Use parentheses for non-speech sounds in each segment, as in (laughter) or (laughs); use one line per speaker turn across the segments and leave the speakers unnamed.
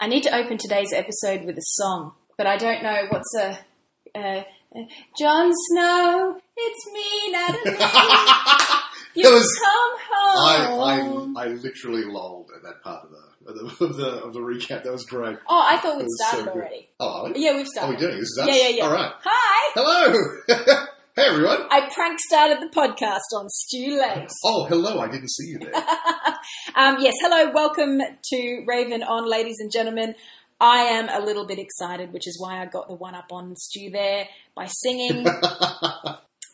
I need to open today's episode with a song, but I don't know what's a. Uh, uh, John Snow, it's me, not
(laughs)
alone.
That
You
was-
come home.
I, I I literally lolled at that part of the of the (laughs) of the, of the recap. That was great.
oh, I thought
That
we'd
was
started
so good.
already.
Oh, are we?
Yeah, we've
Are we
started.
doing this? Is us?
yeah, yeah, yeah.
All right.
Hi!
Hello. (laughs) hey, everyone.
I prank started the podcast on Stu Late.
Oh, hello. I didn't see
(laughs)
you there.
Um, yes, hello, welcome to Raven On, ladies and gentlemen. I am a little bit excited, which is why I got the one up on Stu there by singing.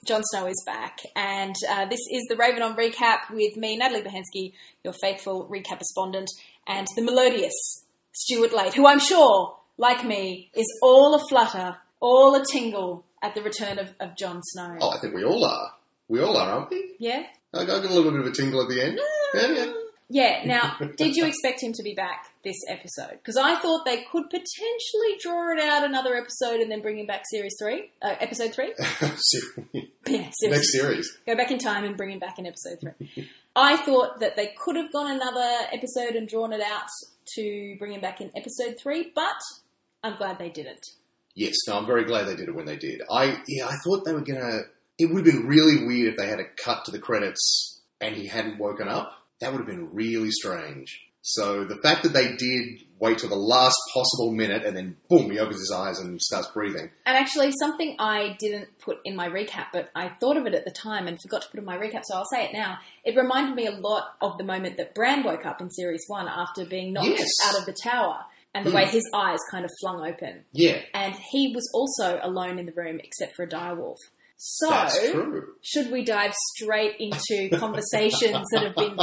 Jon Snow is back, and uh, this is the Raven On recap with me, Natalie Bohensky, your faithful recap respondent, and the melodious Stuart Late, who I'm sure, like me, is all aflutter, all a tingle at the return of, of Jon Snow.
Oh, I think we all are. We all are, aren't we?
Yeah?
I I got a little bit of a tingle at
(laughs)
the end. Yeah, yeah. (laughs)
Yeah. Now, did you expect him to be back this episode? Because I thought they could potentially draw it out another episode and then bring him back series three, uh, episode three.
Seriously.
yeah,
Next
seriously.
series.
Go back in time and bring him back in episode three. I thought that they could have gone another episode and drawn it out to bring him back in episode three, but I'm glad they didn't.
Yes. No, I'm very glad they did it when they did. I yeah, I thought they were gonna. It would have been really weird if they had a cut to the credits and he hadn't woken up. That would have been really strange. So the fact that they did wait till the last possible minute and then boom, he opens his eyes and starts breathing.
And actually, something I didn't put in my recap, but I thought of it at the time and forgot to put in my recap, so I'll say it now. It reminded me a lot of the moment that Bran woke up in series one after being knocked
Yes.
out of the tower and the
Hmm.
way his eyes kind of flung open.
Yeah,
And he was also alone in the room except for a direwolf. So,
that's true.
should we dive straight into conversations that have been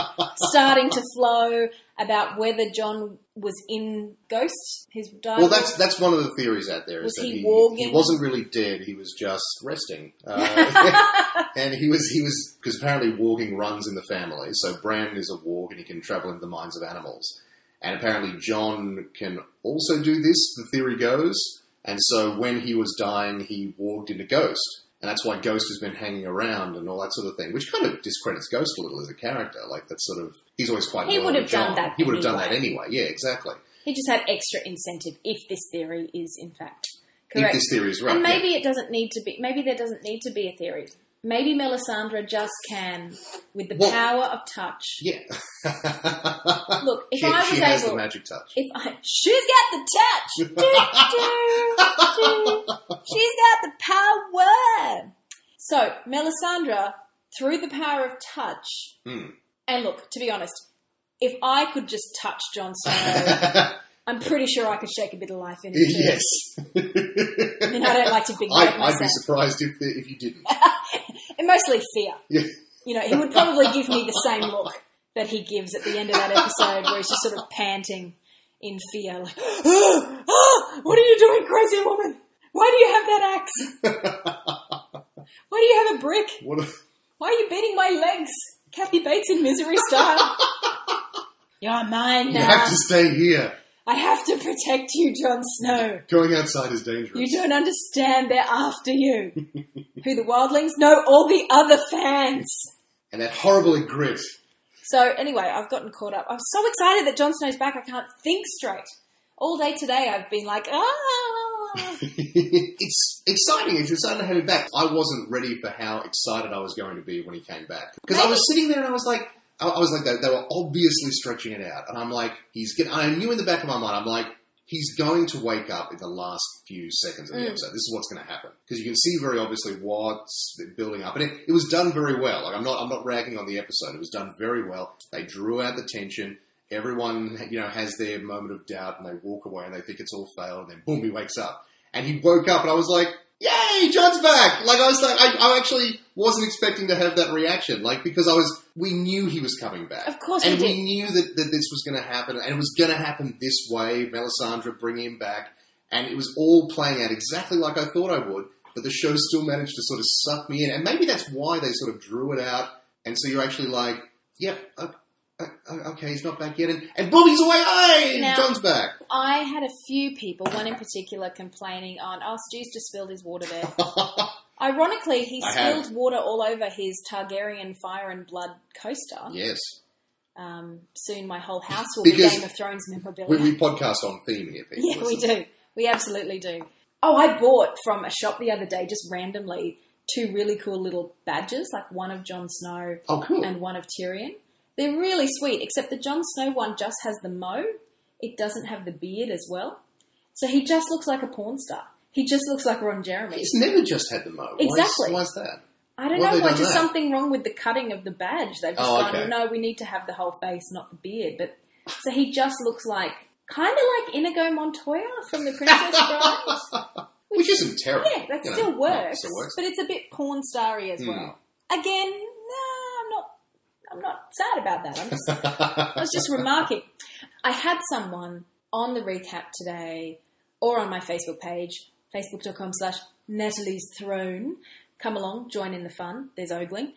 starting to flow about whether John was in Ghost, his direwolf?
Well, that's that's one of the theories out there.
Um,
Is
Was
that
he
he,
walking?
he wasn't really dead. He was just resting, uh,
(laughs)
and he was he was because apparently walking runs in the family. So Bran is a walk, and he can travel into the minds of animals. And apparently John can also do this. The theory goes, and so when he was dying, he walked into Ghost, and that's why Ghost has been hanging around and all that sort of thing, which kind of discredits Ghost a little as a character. Like that's sort of he's always quite.
He
loyal
would
to
have done
Jon.
that
He would have done that
anyway.
anyway. Yeah, exactly.
He just had extra incentive if this theory is in fact correct.
If this theory is right,
and
yeah.
maybe it doesn't need to be. Maybe there doesn't need to be a theory. Maybe Melisandre just can with the
Well-
power of touch.
Yeah. (laughs)
Look, if
she,
I was
she
able,
has the magic touch.
if I, she's got the touch.
(laughs)
Doo, doo, doo. She's got the power. So Melisandre, through the power of touch,
Hmm.
and look, to be honest, if I could just touch Jon Snow,
(laughs)
I'm pretty sure I could shake a bit of life in him.
yes.
I mean, I don't
(laughs)
like to big
I,
word
I'd be
myself.
surprised if, if you didn't. (laughs)
And mostly fear.
Yeah.
You know, he would probably give me the same look that he gives at the end of that episode where he's just sort of panting in fear, like, "Ah, ah, what are you doing, crazy woman? Why do you have that axe? (laughs) Why do you have a brick?
What a,
Why are you beating my legs? Kathy Bates in misery style. (laughs) You're mine
you
now.
have to stay here.
I have to protect you, Jon Snow.
Going outside is dangerous.
You don't understand. They're after (laughs) you. Who the wildlings? No, all the other fans.
and that horrible grit.
So anyway, I've gotten caught up. I'm so excited that Jon Snow's back. I can't think straight. All day today, I've been like, ah.
(laughs) it's exciting. It's exciting to have him back. I wasn't ready for how excited I was going to be when he came back because I was sitting there and I was like, I, I was like, they, they were obviously stretching it out, and I'm like, he's. Get, I knew in the back of my mind, I'm like, he's going to wake up in the last few seconds of the
Mm.
episode. This is what's going to happen because you can see very obviously what's building up, and it, it was done very well. Like I'm not, I'm not ragging on the episode. It was done very well. They drew out the tension. Everyone, you know, has their moment of doubt, and they walk away and they think it's all failed. And then boom, he wakes up, and he woke up, and I was like. Yay, John's back! Like I was like, I, I actually wasn't expecting to have that reaction, like because I was, we knew he was coming back,
Of course
and
we
we
did.
knew that, that this was going to happen, and it was going to happen this way. Melisandre bringing him back, and it was all playing out exactly like I thought I would. But the show still managed to sort of suck me in, and maybe that's why they sort of drew it out. And so you're actually like, yep, yeah, uh, uh, okay, he's not back yet, and, and boom, he's away! Hey,
Now-
John's back.
I had a few people, one in particular, complaining on, oh, Stu's just spilled his water
(laughs)
there. Ironically, he
I have.
spilled water all over his Targaryen fire and blood coaster.
yes,
Um, soon my whole house will
Because
be Game of Thrones memorabilia.
We, we podcast on theme here, people.
yeah, we do. We absolutely do. Oh, I bought from a shop the other day just randomly two really cool little badges, like one of Jon Snow
Oh, cool.
and one of Tyrion. They're really sweet, except the Jon Snow one just has the mo. It doesn't have the beard as well. So he just looks like a porn star. He just looks like Ron Jeremy.
It's never just had the mo. Why is-
Exactly.
Why is that?
I don't
Why have
know
they
why.
done
Just
that?
something wrong with the cutting of the badge. They've just
Oh,
gone,
okay.
no, we need to have the whole face, not the beard. But so he just looks like kind of like Inigo Montoya from The
(laughs)
Princess Bride.
Which isn't terrible.
yeah, that
you know.
still
No,
works,
still works.
but it's a bit porn starry as
Hmm.
well. Again, nah, I'm not. I'm not sad about that. I'm just I was just remarking. I had someone on the recap today or on my Facebook page, facebook.com slash Natalie's Throne, come along, join in the fun. There's ogling.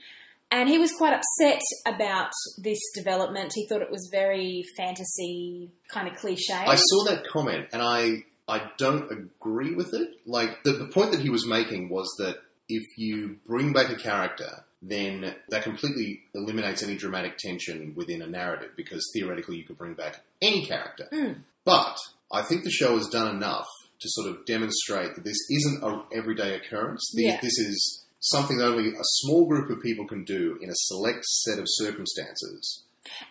And he was quite upset about this development. He thought it was very fantasy, kind of cliche.
I saw that comment and I I don't agree with it. Like the, the point that he was making was that if you bring back a character, then that completely eliminates any dramatic tension within a narrative because theoretically you could bring back any character.
Mm.
But I think the show has done enough to sort of demonstrate that this isn't an everyday occurrence. This,
Yeah.
this is something that only a small group of people can do in a select set of circumstances.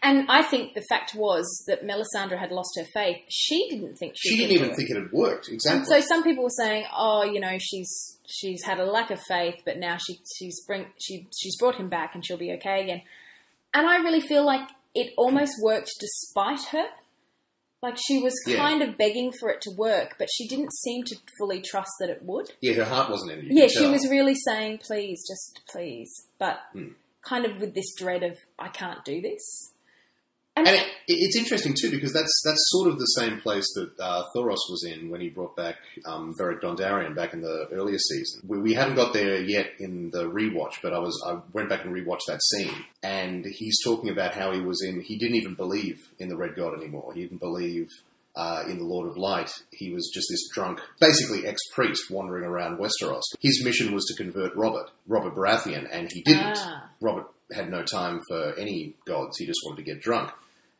And I think the fact was that Melisandre had lost her faith. She didn't think she,
She
could
didn't even
do it.
think it had worked.
And
Exactly.
so some people were saying, "Oh, you know, she's she's had a lack of faith, but now she she's bring she she's brought him back, and she'll be okay again." And I really feel like it almost worked despite her. Like she was
Yeah.
kind of begging for it to work, but she didn't seem to fully trust that it would.
yeah, her heart wasn't in it. you
Yeah,
could
she
tell.
was really saying, "Please, just please," but
Hmm.
kind of with this dread of, "I can't do this." And,
And it, it's interesting too because that's that's sort of the same place that uh, Thoros was in when he brought back um, Beric Dondarrion back in the earlier season. We, we haven't got there yet in the rewatch, but I was I went back and rewatched that scene, and he's talking about how he was in. He didn't even believe in the Red God anymore. He didn't believe. Uh, in the Lord of Light, he was just this drunk, basically ex-priest wandering around Westeros. His mission was to convert Robert, Robert Baratheon, and he didn't.
Ah.
Robert had no time for any gods. He just wanted to get drunk.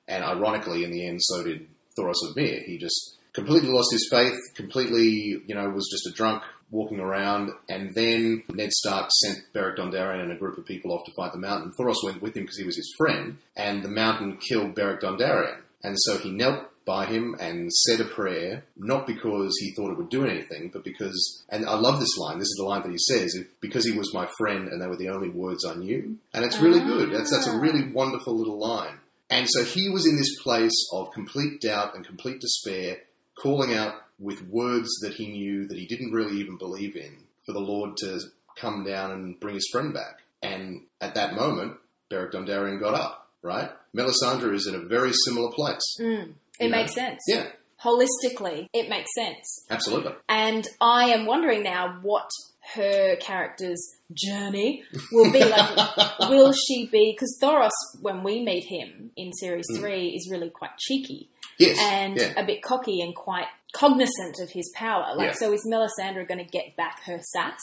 And ironically, in the end, so did Thoros of Mir. He just completely lost his faith, completely, you know, was just a drunk walking around. And then Ned Stark sent Beric Dondarrion and a group of people off to fight the mountain. Thoros went with him because he was his friend, and the mountain killed Beric Dondarrion. And so he knelt by him and said a prayer, not because he thought it would do anything, but because, and I love this line, this is the line that he says, because he was my friend and they were the only words I knew. And it's really good. That's, that's a
Ah.
really wonderful little line. And so he was in this place of complete doubt and complete despair, calling out with words that he knew that he didn't really even believe in for the Lord to come down and bring his friend back. And at that moment, Beric Dondarrion got up, right? Melisandre is in a very similar place.
Mm, it
You know.
makes sense.
Yeah,
Holistically, it makes sense.
absolutely.
And I am wondering now what her character's journey will be
(laughs)
like. will she be? Because Thoros, when we meet him in series three, is really quite cheeky
Yes.
and
Mm. yeah.
a bit cocky and quite cognizant of his power. Like,
Yeah.
so is Melisandre going to get back her sass?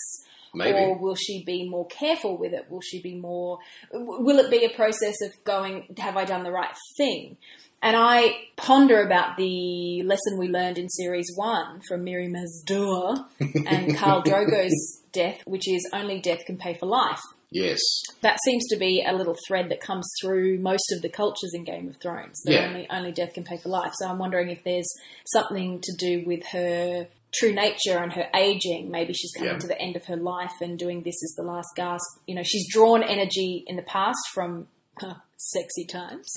Maybe.
Or will she be more careful with it? Will she be more? w- Will it be a process of going? Have I done the right thing? And I ponder about the lesson we learned in series one from Miri Mazdour and Carl Drogo's death, which is only death can pay for life.
yes.
That seems to be a little thread that comes through most of the cultures in Game of Thrones. That
Yeah.
only, only death can pay for life. So I'm wondering if there's something to do with her true nature and her aging. Maybe she's coming
Yeah.
to the end of her life and doing this as the last gasp. You know, she's drawn energy in the past from sexy
(laughs)
times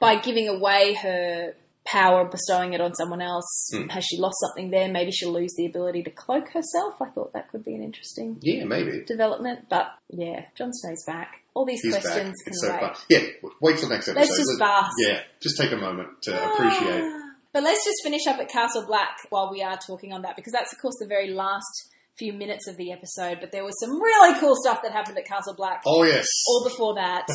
by giving away her power, bestowing it on someone else.
Hmm.
Has she lost something there? Maybe she'll lose the ability to cloak herself. I thought that could be an interesting
Yeah, maybe.
development. But yeah, Jon Snow's back. All these
He's back.
questions can
It's so
wait.
fun. Yeah, wait till next episode.
Let's just bask.
Yeah, just take a moment to appreciate.
Ah. But let's just finish up at Castle Black while we are talking on that, because that's of course the very last few minutes of the episode. But there was some really cool stuff that happened at Castle Black.
Oh yes.
all before that.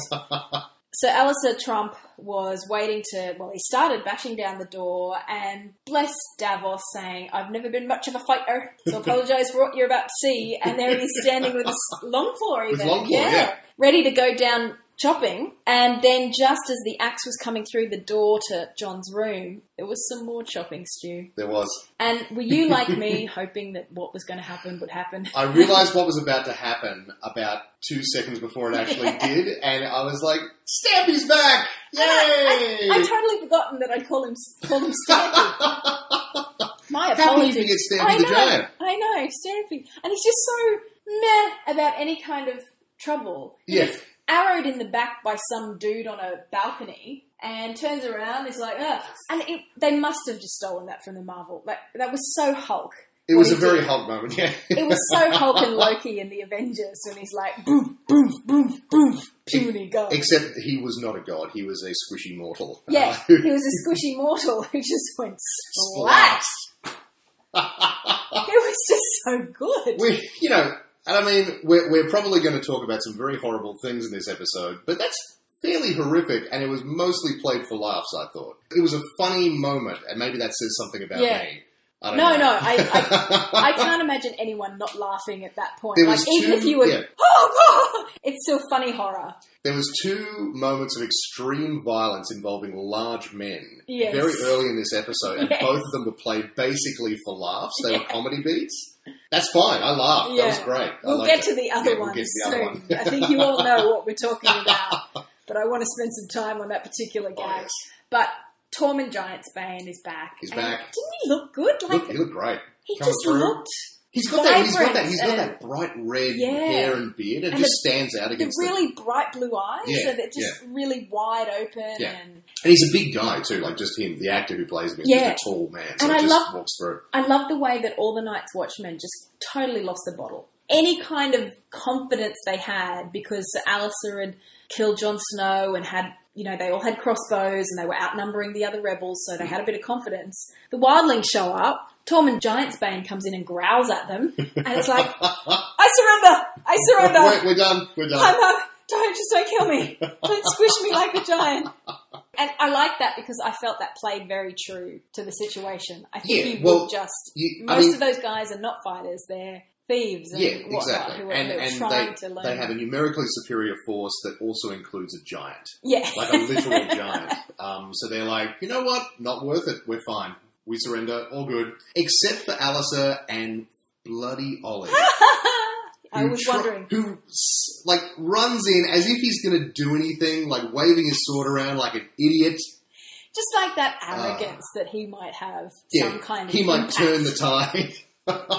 so Alistair Trump was waiting to, well, he started bashing down the door and blessed Davos saying, I've never been much of a fighter, so apologise for what you're about to see. And there he is standing with his longclaw even.
With longclaw, yeah.
Ready to go down chopping. And then just as the axe was coming through the door to John's room, there was some more chopping, Stu.
There was.
And were you like me, hoping that what was going to happen would happen?
I realized what was about to happen about two seconds before it actually
(laughs)
did, and I was like, Stampy's back! Yay!
And (laughs) I, I, would totally forgotten that I'd call him call him Stampy.
(laughs)
My
How did you
apologies.
get
I
Stampy the
know,
Giant?
I know, Stampy, and he's just so meh about any kind of trouble. He
Yeah.
gets arrowed in the back by some dude on a balcony. And turns around, is like, Ugh. and it, they must have just stolen that from the Marvel. Like that was so Hulk.
It was a
What he
very
did.
Hulk moment, yeah. (laughs)
It was so Hulk and Loki in the Avengers when he's like, boom, boom, boom, boom, puny god.
Except he was not a god, he was a squishy mortal.
Yeah,
Uh,
(laughs)
(laughs)
he was a squishy mortal who just went splat.
Splat.
(laughs) It was just so good.
we, you know, and I mean, we're, we're probably going to talk about some very horrible things in this episode, but that's fairly horrific, and it was mostly played for laughs, I thought. It was a funny moment, and maybe that says something about
Yeah.
me. I don't
No,
know. (laughs)
no, I, I, I can't imagine anyone not laughing at that point.
There
like,
was
even
two-
if you were,
yeah.
(laughs) oh, God, it's still funny horror.
There was two moments of extreme violence involving large men
Yes.
very early in this episode, and
Yes.
both of them were played basically for laughs. They were
Yeah.
comedy beats. That's fine. I laughed. That was
Yeah.
great. I
We'll
liked
get
it.
to the other
Yeah, we'll
one
get to the other
soon.
one.
I think you all know what we're
(laughs)
talking about, but I want to spend some time on that particular
Oh,
gag.
yes.
But Tormund Giantsbane is back.
He's
And
back.
Didn't he look good? Like
Look, he looked great.
he
Coming
just
through.
looked
He's got that. He's got that.
Vibrant
He's got
and-
that bright red
Yeah.
hair and beard. It
And
just stands out
the
against the-
really bright blue eyes,
Yeah,
and it just really wide open.
Yeah.
And
And he's a big guy too. Like just him, the actor who plays him is
Yeah.
he's a tall man, so
And
he
I
just
love-
walks
(laughs)
through.
I love the way that all the Night's Watchmen just totally lost the bottle. Any kind of confidence they had because Alistair had killed Jon Snow and had, you know, they all had crossbows and they were outnumbering the other rebels, so they had a bit of confidence. The wildlings show up. Tormund Giantsbane comes in and growls at them, and it's
(laughs)
like, I surrender! I surrender!
We're, we're done. We're done.
I'm not, don't just don't kill me. Don't squish me like a giant. And I like that because I felt that played very true to the situation. I think
Yeah,
you
well,
would just
you- I
most
mean-
of those guys are not fighters; they're thieves and
yeah,
whatnot
exactly.
who are,
And
who are
and
trying
they
to learn.
they have a numerically superior force that also includes a giant,
yeah,
like a literal giant. Um, so they're like, you know what? Not worth it. We're fine. We surrender. All good, except for Alistair and bloody Ollie.
(laughs) (laughs) I
who
was
tr-
wondering.
who s- like runs in as if he's going to do anything, like waving his sword around like an idiot.
Just like that arrogance that he might have,
Ah. Yeah,
some kind of
He might
impact.
turn the tide. (laughs)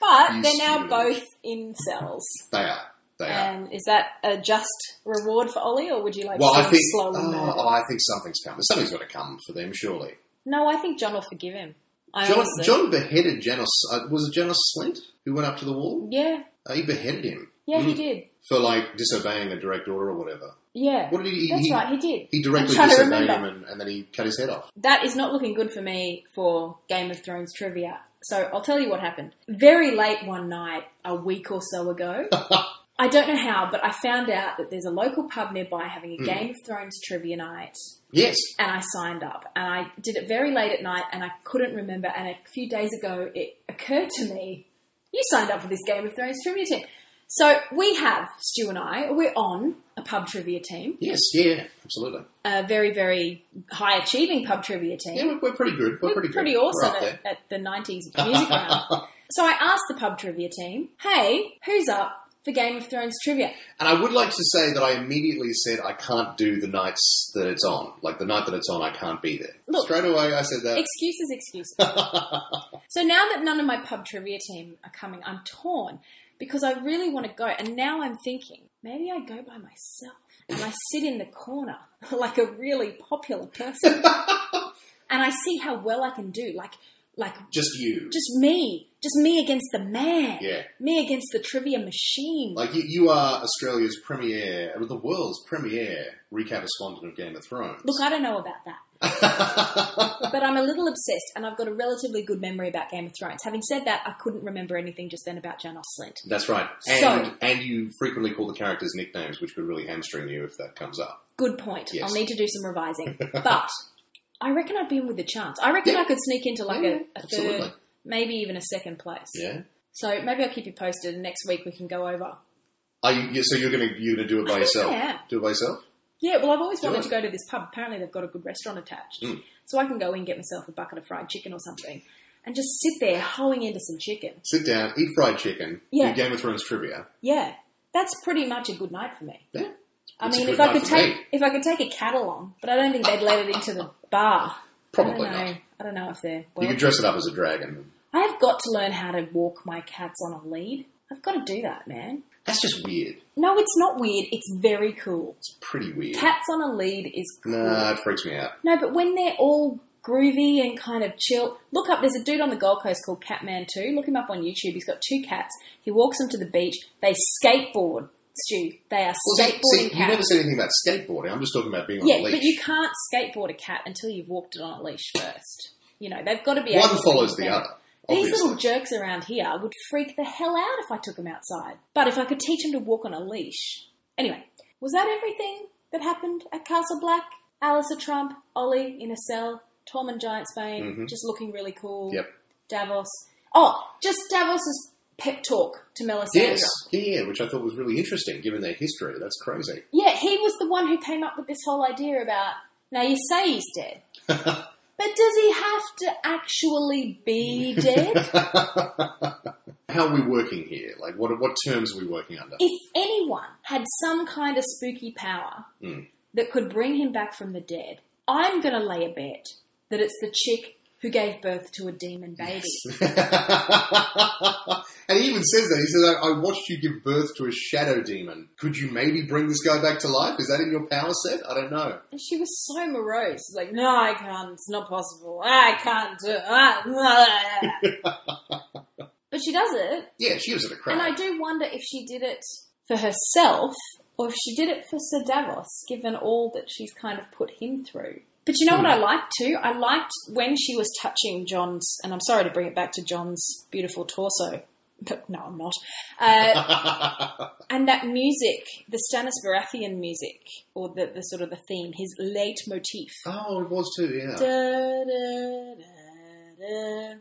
But
You
they're now
stupid.
both in cells.
they are. They are.
And is that a just reward for Ollie, or would you like
Well,
to
I
see him
think.
slowly
Oh,
murdered?
oh, I think something's coming. Something's got to come for them, surely.
No, I think John will forgive him. I
John,
honestly-
John beheaded Janos. Uh, was it Janos Slint who went up to the wall?
Yeah,
Uh, he beheaded him
yeah, he
Mm.
did.
for like disobeying a direct order or whatever.
Yeah,
What did he?
that's
he,
right, he did.
He directly
I'm trying to
disobeyed him,
remember.
and, and then he cut his head off.
That is not looking good for me for Game of Thrones trivia. So I'll tell you what happened. Very late one night, a week or so ago,
(laughs)
I don't know how, but I found out that there's a local pub nearby having a
Mm.
Game of Thrones trivia night.
Yes.
and I signed up. And I did it very late at night and I couldn't remember. And a few days ago, it occurred to me, you signed up for this Game of Thrones trivia team. So we have, Stu and I, we're on a pub trivia team,
Yes. Yeah. Absolutely.
a very, very high achieving pub trivia team.
Yeah, we're, we're pretty good. We're, pretty good.
pretty
We're
awesome
up there.
at, at the 90s music
(laughs)
round. So I asked the pub trivia team, hey, who's up for Game of Thrones trivia?
And I would like to say that I immediately said I can't do the nights that it's on. Like the night that it's on, I can't be there.
Look-
Straight away, I said that.
Excuses, excuses. so now that none of my pub trivia team are coming, I'm torn because I really want to go. And now I'm thinking, maybe I go by myself and I sit in the corner (laughs) like a really popular person and I see how well I can do. Like, like
Just you.
just me, just me against the man,
Yeah.
me against the trivia machine.
Like you, you are Australia's premier, or the world's premier recap respondent of Game of Thrones.
Look, I don't know about that.
(laughs)
but I'm a little obsessed, and I've got a relatively good memory about Game of Thrones. Having said that, I couldn't remember anything just then about Jan Oslint.
That's right. And
So-
and you frequently call the characters nicknames, which could really hamstring you if that comes up.
Good point.
Yes.
I'll need to do some revising. But I reckon I'd be in with a chance. I reckon
Yeah.
I could sneak into like
Yeah,
a, a
absolutely.
third, maybe even a second place.
Yeah.
So maybe I'll keep you posted, and next week we can go over
Are you, you- so you're going to you're going to do it by yourself?
Yeah.
Do it by yourself?
Yeah, well, I've always
Do
wanted
it.
to go to this pub. Apparently, they've got a good restaurant attached.
Mm.
So I can go in and get myself a bucket of fried chicken or something and just sit there hoeing into some chicken.
Sit down, eat fried chicken,
Yeah.
do Game of Thrones trivia.
Yeah, that's pretty much a good night for me.
Yeah.
I
It's a
mean,
good
if I
night
could
for me.
take if I could take a cat along, but I don't think they'd let it into the bar.
Probably
I don't know.
not.
I don't know if they're.
You
Well,
could dress it up as a dragon.
I've got to learn how to walk my cats on a lead. I've got to do that, man.
That's just weird.
No, it's not weird. It's very cool.
It's pretty weird.
Cats on a lead is cool.
nah, it freaks me out.
No, but when they're all groovy and kind of chill, look up. There's a dude on the Gold Coast called Catman Two. Look him up on YouTube. He's got two cats. He walks them to the beach. They skateboard, Stu. They are
Well, see,
skateboarding
see, you
cats.
never said anything about skateboarding. I'm just talking about being on
yeah,
a leash.
but you can't skateboard a cat until you've walked it on a leash first. You know, they've got to be.
One
able to
follows
do
the
that.
other.
These
Obviously.
little jerks around here would freak the hell out if I took them outside. But if I could teach them to walk on a leash. Anyway, was that everything that happened at Castle Black? Alistair Trump, Ollie in a cell, Tom and Giant Spain, just looking really cool.
Mm-hmm. Yep.
Davos. Oh, just Davos's pep talk to Melisandre.
Yes, yeah, which I thought was really interesting given their history. That's crazy.
Yeah, he was the one who came up with this whole idea about now you say he's dead. but does he have to actually be dead?
How are we working here? Like, what what terms are we working under?
if anyone had some kind of spooky power that could bring him back from the dead, I'm going to lay a bet that it's the chick who gave birth to a demon baby.
(laughs) and he even says that. He says, I, I watched you give birth to a shadow demon. Could you maybe bring this guy back to life? Is that in your power set? I don't know.
And she was so morose. She's like, no, I can't. It's not possible. I can't do it. (laughs) but she does it.
Yeah, she gives it a
And I
crack.
do wonder if she did it for herself or if she did it for Sir Davos, given all that she's kind of put him through. But you know
Hmm.
what I liked too? I liked when she was touching John's, and I'm sorry to bring it back to John's beautiful torso. But no, I'm not. Uh,
(laughs)
and that music, the Stannis Baratheon music, or the, the sort of the theme, his leitmotif.
oh, it was too, yeah.
Da, da, da, da.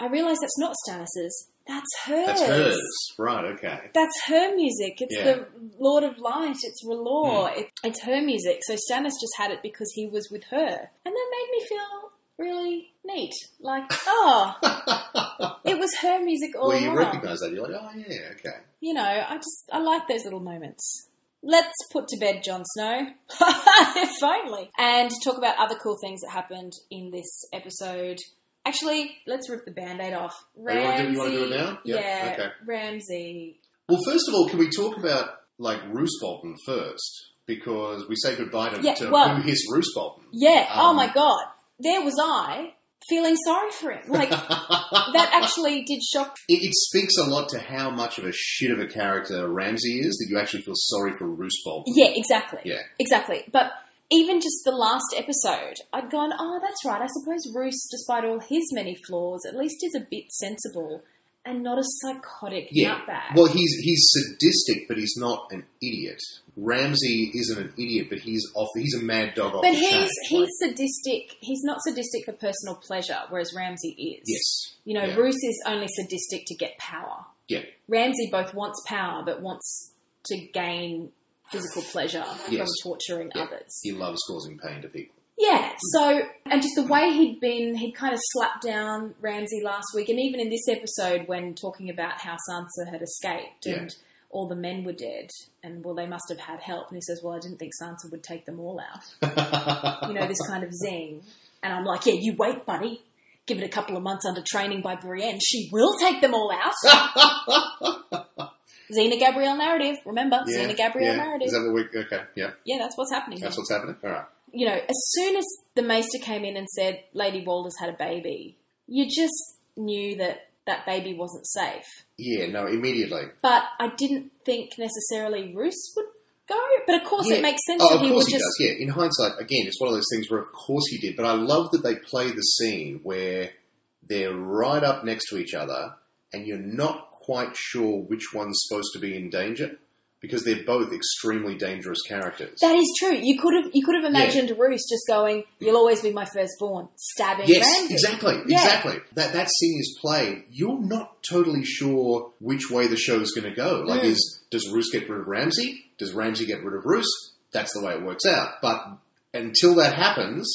I realise that's not Stannis's. That's hers.
That's hers. Right, okay.
That's her music. It's
Yeah. Hmm.
the Lord of Light. It's R'hllor. It, it's her music. So Stannis just had it because he was with her, and that made me feel really neat. Like, oh,
(laughs)
it was her music all
Well, you
along.
recognise that. You're like, oh, yeah, okay.
You know, I just I like those little moments. Let's put to bed Jon Snow, (laughs) if only, and talk about other cool things that happened in this episode. Actually, let's rip the band-aid off.
you wanna
Ramsey,
do- you wanna do it now? Yeah,
Yeah,
okay.
Ramsey
Well, first of all, can we talk about like Roose Bolton first? Because we say goodbye to,
Yeah,
to
well-
who his Roose Bolton.
Yeah. oh
Um,
my god. There was I feeling sorry for him.
(laughs)
Like that actually did shock.
It, it speaks a lot to how much of a shit of a character Ramsey is that you actually feel sorry for Roose Bolton.
Yeah. Exactly.
Yeah.
Exactly. But even just the last episode, I'd gone, oh, that's right. I suppose Roos, despite all his many flaws, at least is a bit sensible and not a psychotic nutbag.
Well, he's he's sadistic, but he's not an idiot. Ramsey isn't an idiot, but he's off. He's a mad dog off
but
the
he's
chain.
he's
like,
sadistic. He's not sadistic for personal pleasure, whereas Ramsey is.
yes,
You know,
Yeah.
Roos is only sadistic to get power.
yeah,
Ramsey both wants power but wants to gain physical pleasure from
Yes.
torturing
yeah.
others.
He loves causing pain to people.
Yeah, so, and just the way he'd been, he'd kind of slapped down Ramsey last week, and even in this episode when talking about how Sansa had escaped
Yeah.
and all the men were dead, and well, they must have had help, and he says, Well, I didn't think Sansa would take them all out. you know, this kind of zing. And I'm like, Yeah, you wait, buddy. Give it a couple of months under training by Brienne. She will take them all out.
(laughs)
Xena Gabrielle narrative. Remember,
Yeah,
Xena Gabrielle
yeah.
narrative.
Is that what we? Okay, yeah,
yeah, that's what's happening.
that's
here.
what's happening. All right.
you know, as soon as the maester came in and said Lady Walder's had a baby, you just knew that that baby wasn't safe.
Yeah, no, immediately.
But I didn't think necessarily Roos would go. But of course,
Yeah.
it makes sense
Oh,
that
of
he
course
would
he
just.
does. Yeah, in hindsight, again, it's one of those things where, of course, he did. But I love that they play the scene where they're right up next to each other, and you're not quite sure which one's supposed to be in danger. because they're both extremely dangerous characters.
That is true. You could have you could have imagined Roos just going, "You'll always be my firstborn," stabbing
Yes,
Ramsay.
exactly,
Yeah.
exactly. That that scene is played. You're not totally sure which way the show's going to go. Like,
Mm.
is does Roos get rid of Ramsey? Does Ramsey get rid of Roos? That's the way it works out. But until that happens,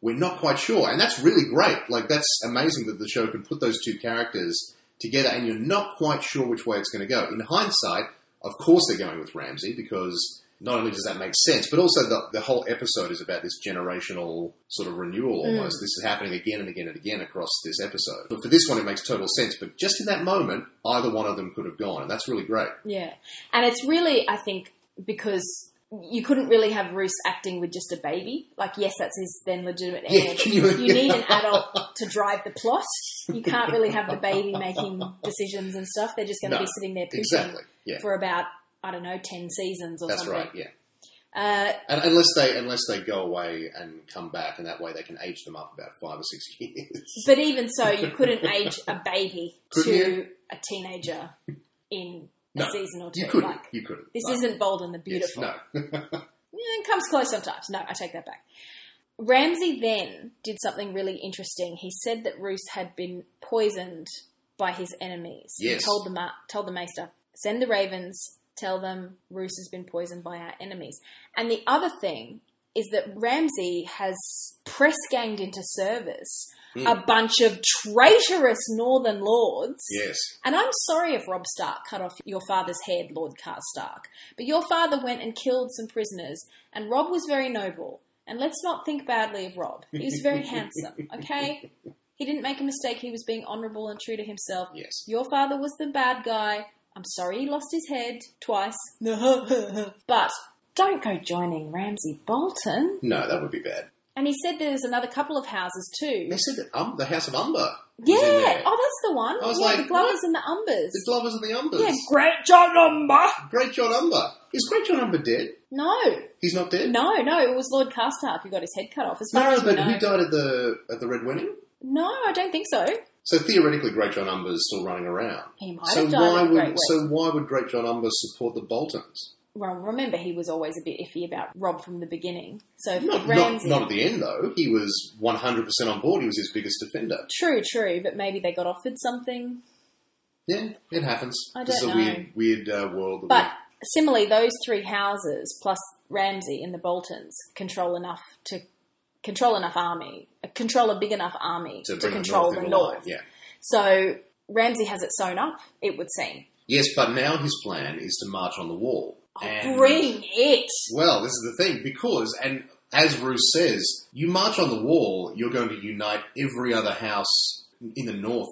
we're not quite sure, and that's really great. Like, that's amazing that the show can put those two characters together, and you're not quite sure which way it's going to go. In hindsight, of course, they're going with Ramsey because not only does that make sense, but also the, the whole episode is about this generational sort of renewal
Mm.
almost. This is happening again and again and again across this episode. But for this one, it makes total sense. But just in that moment, either one of them could have gone, and that's really great.
Yeah, and it's really I think because you couldn't really have Roos acting with just a baby. Like, yes, that's his then legitimate heir.
Yeah,
but
can you-
you
(laughs)
need an adult to drive the plot. You can't really have the
(laughs)
baby making decisions and stuff. They're just going to
No,
be sitting there pooping
Exactly. Yeah,
for about I don't know ten seasons or
that's
something.
right. Yeah,
Uh,
and unless they unless they go away and come back, and that way they can age them up about five or six years.
But even so, you
(laughs)
couldn't age a baby
Couldn't
to
you?
a teenager in a
No,
season or two.
(laughs) You couldn't.
Like,
you couldn't.
this
No.
isn't Bold and the
Yes,
Beautiful.
no.
Yeah, Eh, it comes close sometimes. No, I take that back. Ramsey then did something really interesting. He said that Roos had been poisoned by his enemies.
Yes.
He told the, ma- told the Maester, send the ravens, tell them Roos has been poisoned by our enemies. And the other thing is that Ramsey has press ganged into service
Hmm.
a bunch of traitorous northern lords.
Yes.
And I'm sorry if Rob Stark cut off your father's head, Lord Car Stark, but your father went and killed some prisoners, and Rob was very noble. And let's not think badly of Rob. He was very
(laughs)
handsome, okay? He didn't make a mistake, he was being honourable and true to himself.
Yes.
Your father was the bad guy. I'm sorry he lost his head
(laughs)
twice. but don't go joining Ramsay Bolton.
No, that would be bad.
And he said there's another couple of houses too.
They said that um, the House of Umber. was in
Yeah,
there.
oh, that's the one.
I was
yeah,
like,
the Glovers and the Umbers.
The Glovers and the Umbers.
Yeah, great John Umber.
Great John Umber. Is Great John Umber dead?
No,
He's not dead.
no, no. It was Lord Carstark who got his head cut off. As far
no
as we
but
know.
who died at the at the Red Wedding?
No, I don't think so.
So theoretically, Great John Umber is still running around.
He might
So
have died.
why
at the
would
Great West.
so why would Great John Umber support the Boltons?
Well, remember he was always a bit iffy about Rob from the beginning. So if
Not, not
Ramsay.
not at the end though. He was one hundred percent on board. He was his biggest defender.
True, true, but maybe they got offered something.
Yeah, it happens.
I
this is
don't
a
know.
weird weird uh, world. That
But
we-
similarly, those three houses plus Ramsay and the Boltons control enough to control enough army, control a big enough army to,
to bring
control
the
the
North, into line,
north.
Yeah.
So Ramsay has it sewn up. It would seem.
Yes, but now his plan is to march on the wall.
Oh,
And-
Bring it.
Well, this is the thing because, and as Roos says, you march on the wall, you're going to unite every other house in the north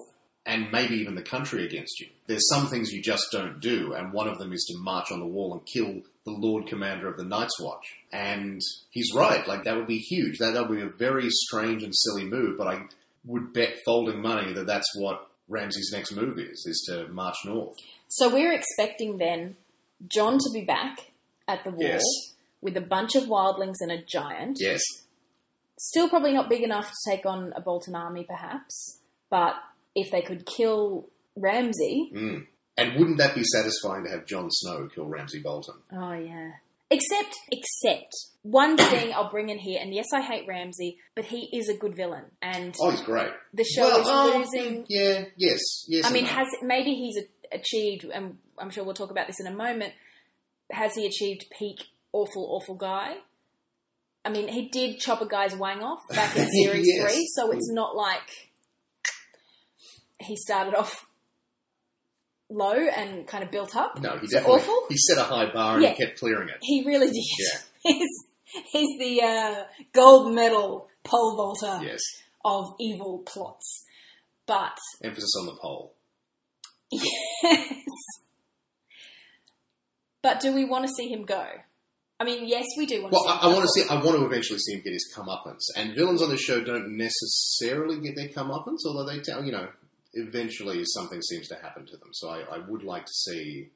and maybe even the country against you. There's some things you just don't do, and one of them is to march on the wall and kill the Lord Commander of the Night's Watch. And he's right, like that would be huge. That that would be a very strange and silly move, but I would bet folding money that that's what Ramsey's next move is, is to march north.
So we're expecting then John to be back at the wall
Yes.
with a bunch of wildlings and a giant.
Yes.
Still probably not big enough to take on a Bolton army, perhaps. But if they could kill Ramsay,
Mm. And wouldn't that be satisfying to have Jon Snow kill Ramsay Bolton?
oh yeah. Except, except one thing I'll bring in here, and yes, I hate Ramsay, but he is a good villain, and
Oh, he's great.
the show
Well,
is
oh,
losing.
Yeah, yes, yes.
I
and
mean,
no.
has maybe he's a- achieved, and I'm sure we'll talk about this in a moment. Has he achieved peak awful, awful guy? I mean, he did chop a guy's wang off back
(laughs)
in series
Yes.
three, so it's not like he started off low and kind of built up.
no, he
So
definitely
awful?
he set a high bar and
Yeah.
he kept clearing it.
He really did.
Yeah.
(laughs) he's he's the uh, gold medal pole vaulter
Yes,
of evil plots, but
emphasis on the pole.
Yes. But do we want to see him go? I mean, yes, we do want
Well,
to see
I,
him
I
go.
want to see. I want to eventually see him get his comeuppance. And villains on the show don't necessarily get their comeuppance, although they tell you know eventually something seems to happen to them. So I, I would like to see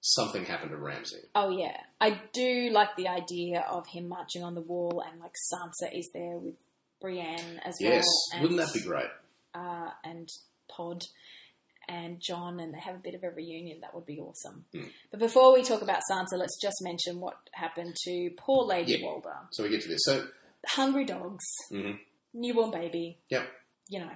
something happen to Ramsey.
Oh, yeah. I do like the idea of him marching on the wall and, like, Sansa is there with Brienne as well.
Yes,
and,
wouldn't that be great?
Uh, and Pod. and John, and they have a bit of a reunion. That would be awesome.
Hmm.
But before we talk about Sansa, let's just mention what happened to poor Lady
Yeah.
Walder.
So we get to this. So
Hungry dogs,
Mhm.
newborn baby.
Yep.
You know.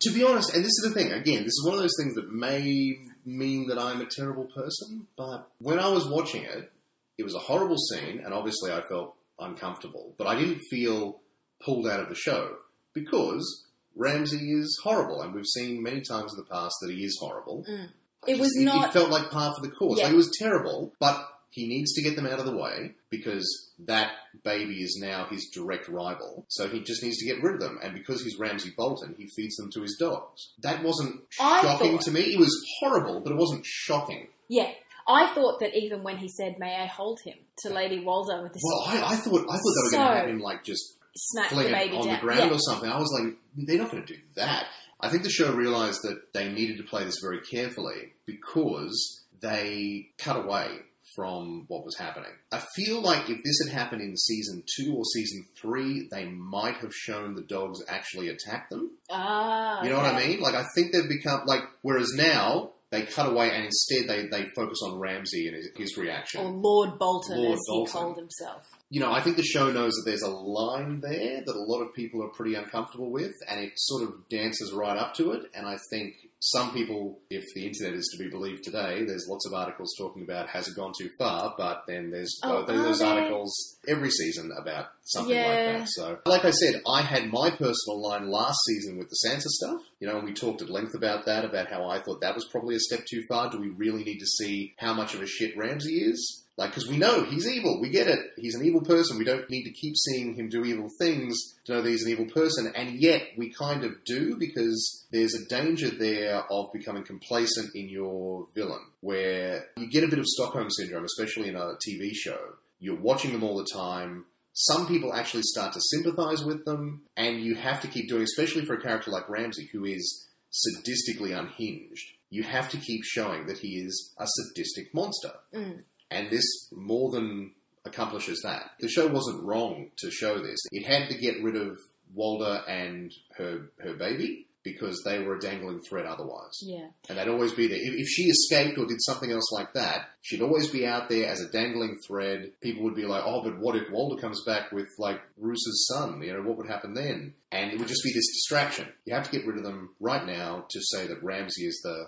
to be honest, and this is the thing, again, this is one of those things that may mean that I'm a terrible person, but when I was watching it, it was a horrible scene, and obviously I felt uncomfortable, but I didn't feel pulled out of the show because Ramsey is horrible, and we've seen many times in the past that he is horrible.
Mm.
I
It was not-
It felt like par for the course.
Yeah.
Like it was terrible, but he needs to get them out of the way because that baby is now his direct rival. So he just needs to get rid of them. And because he's Ramsay Bolton, he feeds them to his dogs. That wasn't
I
shocking
thought-
to me. It was horrible, but it wasn't shocking.
Yeah. I thought that even when he said, "May I hold him?" to Lady Waldo with this
Well, I, I thought I thought they were going
So-
to have him like just
smack the
fling it
baby
on
down.
the ground
Yeah.
or something. I was like, they're not going to do that. I think the show realized that they needed to play this very carefully because they cut away from what was happening. I feel like if this had happened in season two or season three, they might have shown the dogs actually attack them.
Ah,
You know what
okay.
I mean? Like I think they've become like whereas now they cut away and instead they, they focus on Ramsey and his, his reaction.
Or Lord Bolton,
Lord
as
Bolton.
he called himself.
you know, I think the show knows that there's a line there that a lot of people are pretty uncomfortable with, and it sort of dances right up to it. And I think some people, if the internet is to be believed today, there's lots of articles talking about has it gone too far, but then there's
Oh,
there's those
are they?
articles every season about something like
Yeah.
that. So, like I said, I had my personal line last season with the Sansa stuff, you know, and we talked at length about that, about how I thought that was probably a step too far. Do we really need to see how much of a shit Ramsey is? Like, because we know he's evil. We get it. He's an evil person. We don't need to keep seeing him do evil things to know that he's an evil person. And yet, we kind of do because there's a danger there of becoming complacent in your villain, where you get a bit of Stockholm syndrome, especially in a TV show. You're watching them all the time. Some people actually start to sympathize with them, and you have to keep doing, especially for a character like Ramsey, who is sadistically unhinged. You have to keep showing that he is a sadistic monster.
Mm.
And this more than accomplishes that. The show wasn't wrong to show this. It had to get rid of Walder and her her baby because they were a dangling threat otherwise.
Yeah.
And they'd always be there. If, if she escaped or did something else like that, she'd always be out there as a dangling thread. People would be like, oh, but what if Walder comes back with, like, Roos's son? You know, what would happen then? And it would just be this distraction. You have to get rid of them right now to say that Ramsey is the,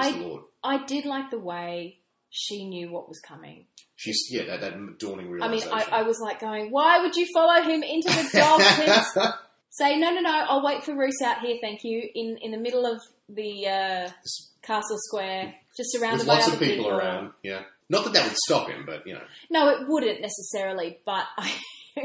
is the
I
Lord.
I did like the way she knew what was coming.
She's, yeah, that, that dawning
I mean,
realization.
I, I was like going, "Why would you follow him into the
(laughs)
dog tent? Say no, no, no! I'll wait for Roos out here, thank you." In in the middle of the uh, castle square, just surrounded
There's
by
lots
other
of people, around. Yeah, not that that would stop him, but you know,
No, it wouldn't necessarily, but I, (laughs)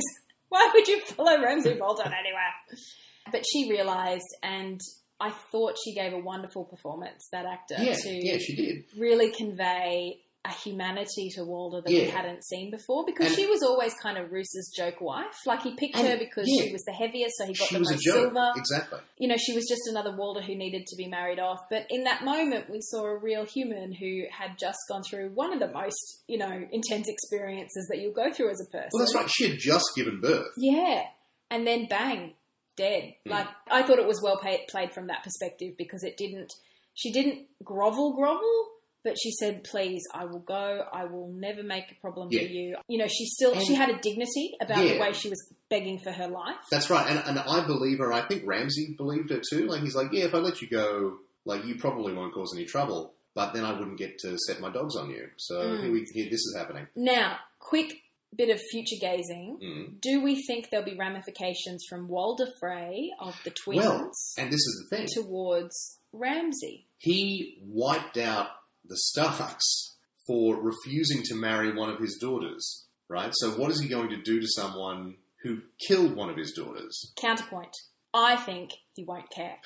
why would you follow Ramsey Bolton anywhere? But she realised, and I thought she gave a wonderful performance, that actor,
yeah,
to
yeah, she did.
really convey a humanity to Walder that we
Yeah.
hadn't seen before because
And-
she was always kind of Roos's joke wife. Like he picked
And-
her because
yeah.
she was the heaviest, so he got
She
the
was a
most
joke,
silver.
exactly.
You know, she was just another Walder who needed to be married off. But in that moment, we saw a real human who had just gone through one of the most, you know, intense experiences that you'll go through as a person.
Well, that's right. She had just given birth.
Yeah. And then bang, dead.
Hmm.
Like, I thought it was well pay- played from that perspective because it didn't, she didn't grovel, grovel, but she said, please, I will go. I will never make a problem
Yeah.
for you. You know, she still, she
And-
had a dignity about the
Yeah.
way she was begging for her life.
That's right, and and I believe her. I think Ramsey believed her too. Like he's like, yeah, if I let you go, like you probably won't cause any trouble, but then I wouldn't get to set my dogs on you. So
Mm.
here, we, here, this is happening.
Now, quick bit of future gazing.
Mm.
Do we think there'll be ramifications from Walder Frey of the twins
And this is the thing.
towards Ramsey?
he wiped out the Starks for refusing to marry one of his daughters, right? So what is he going to do to someone who killed one of his daughters?
Counterpoint. I think he won't care.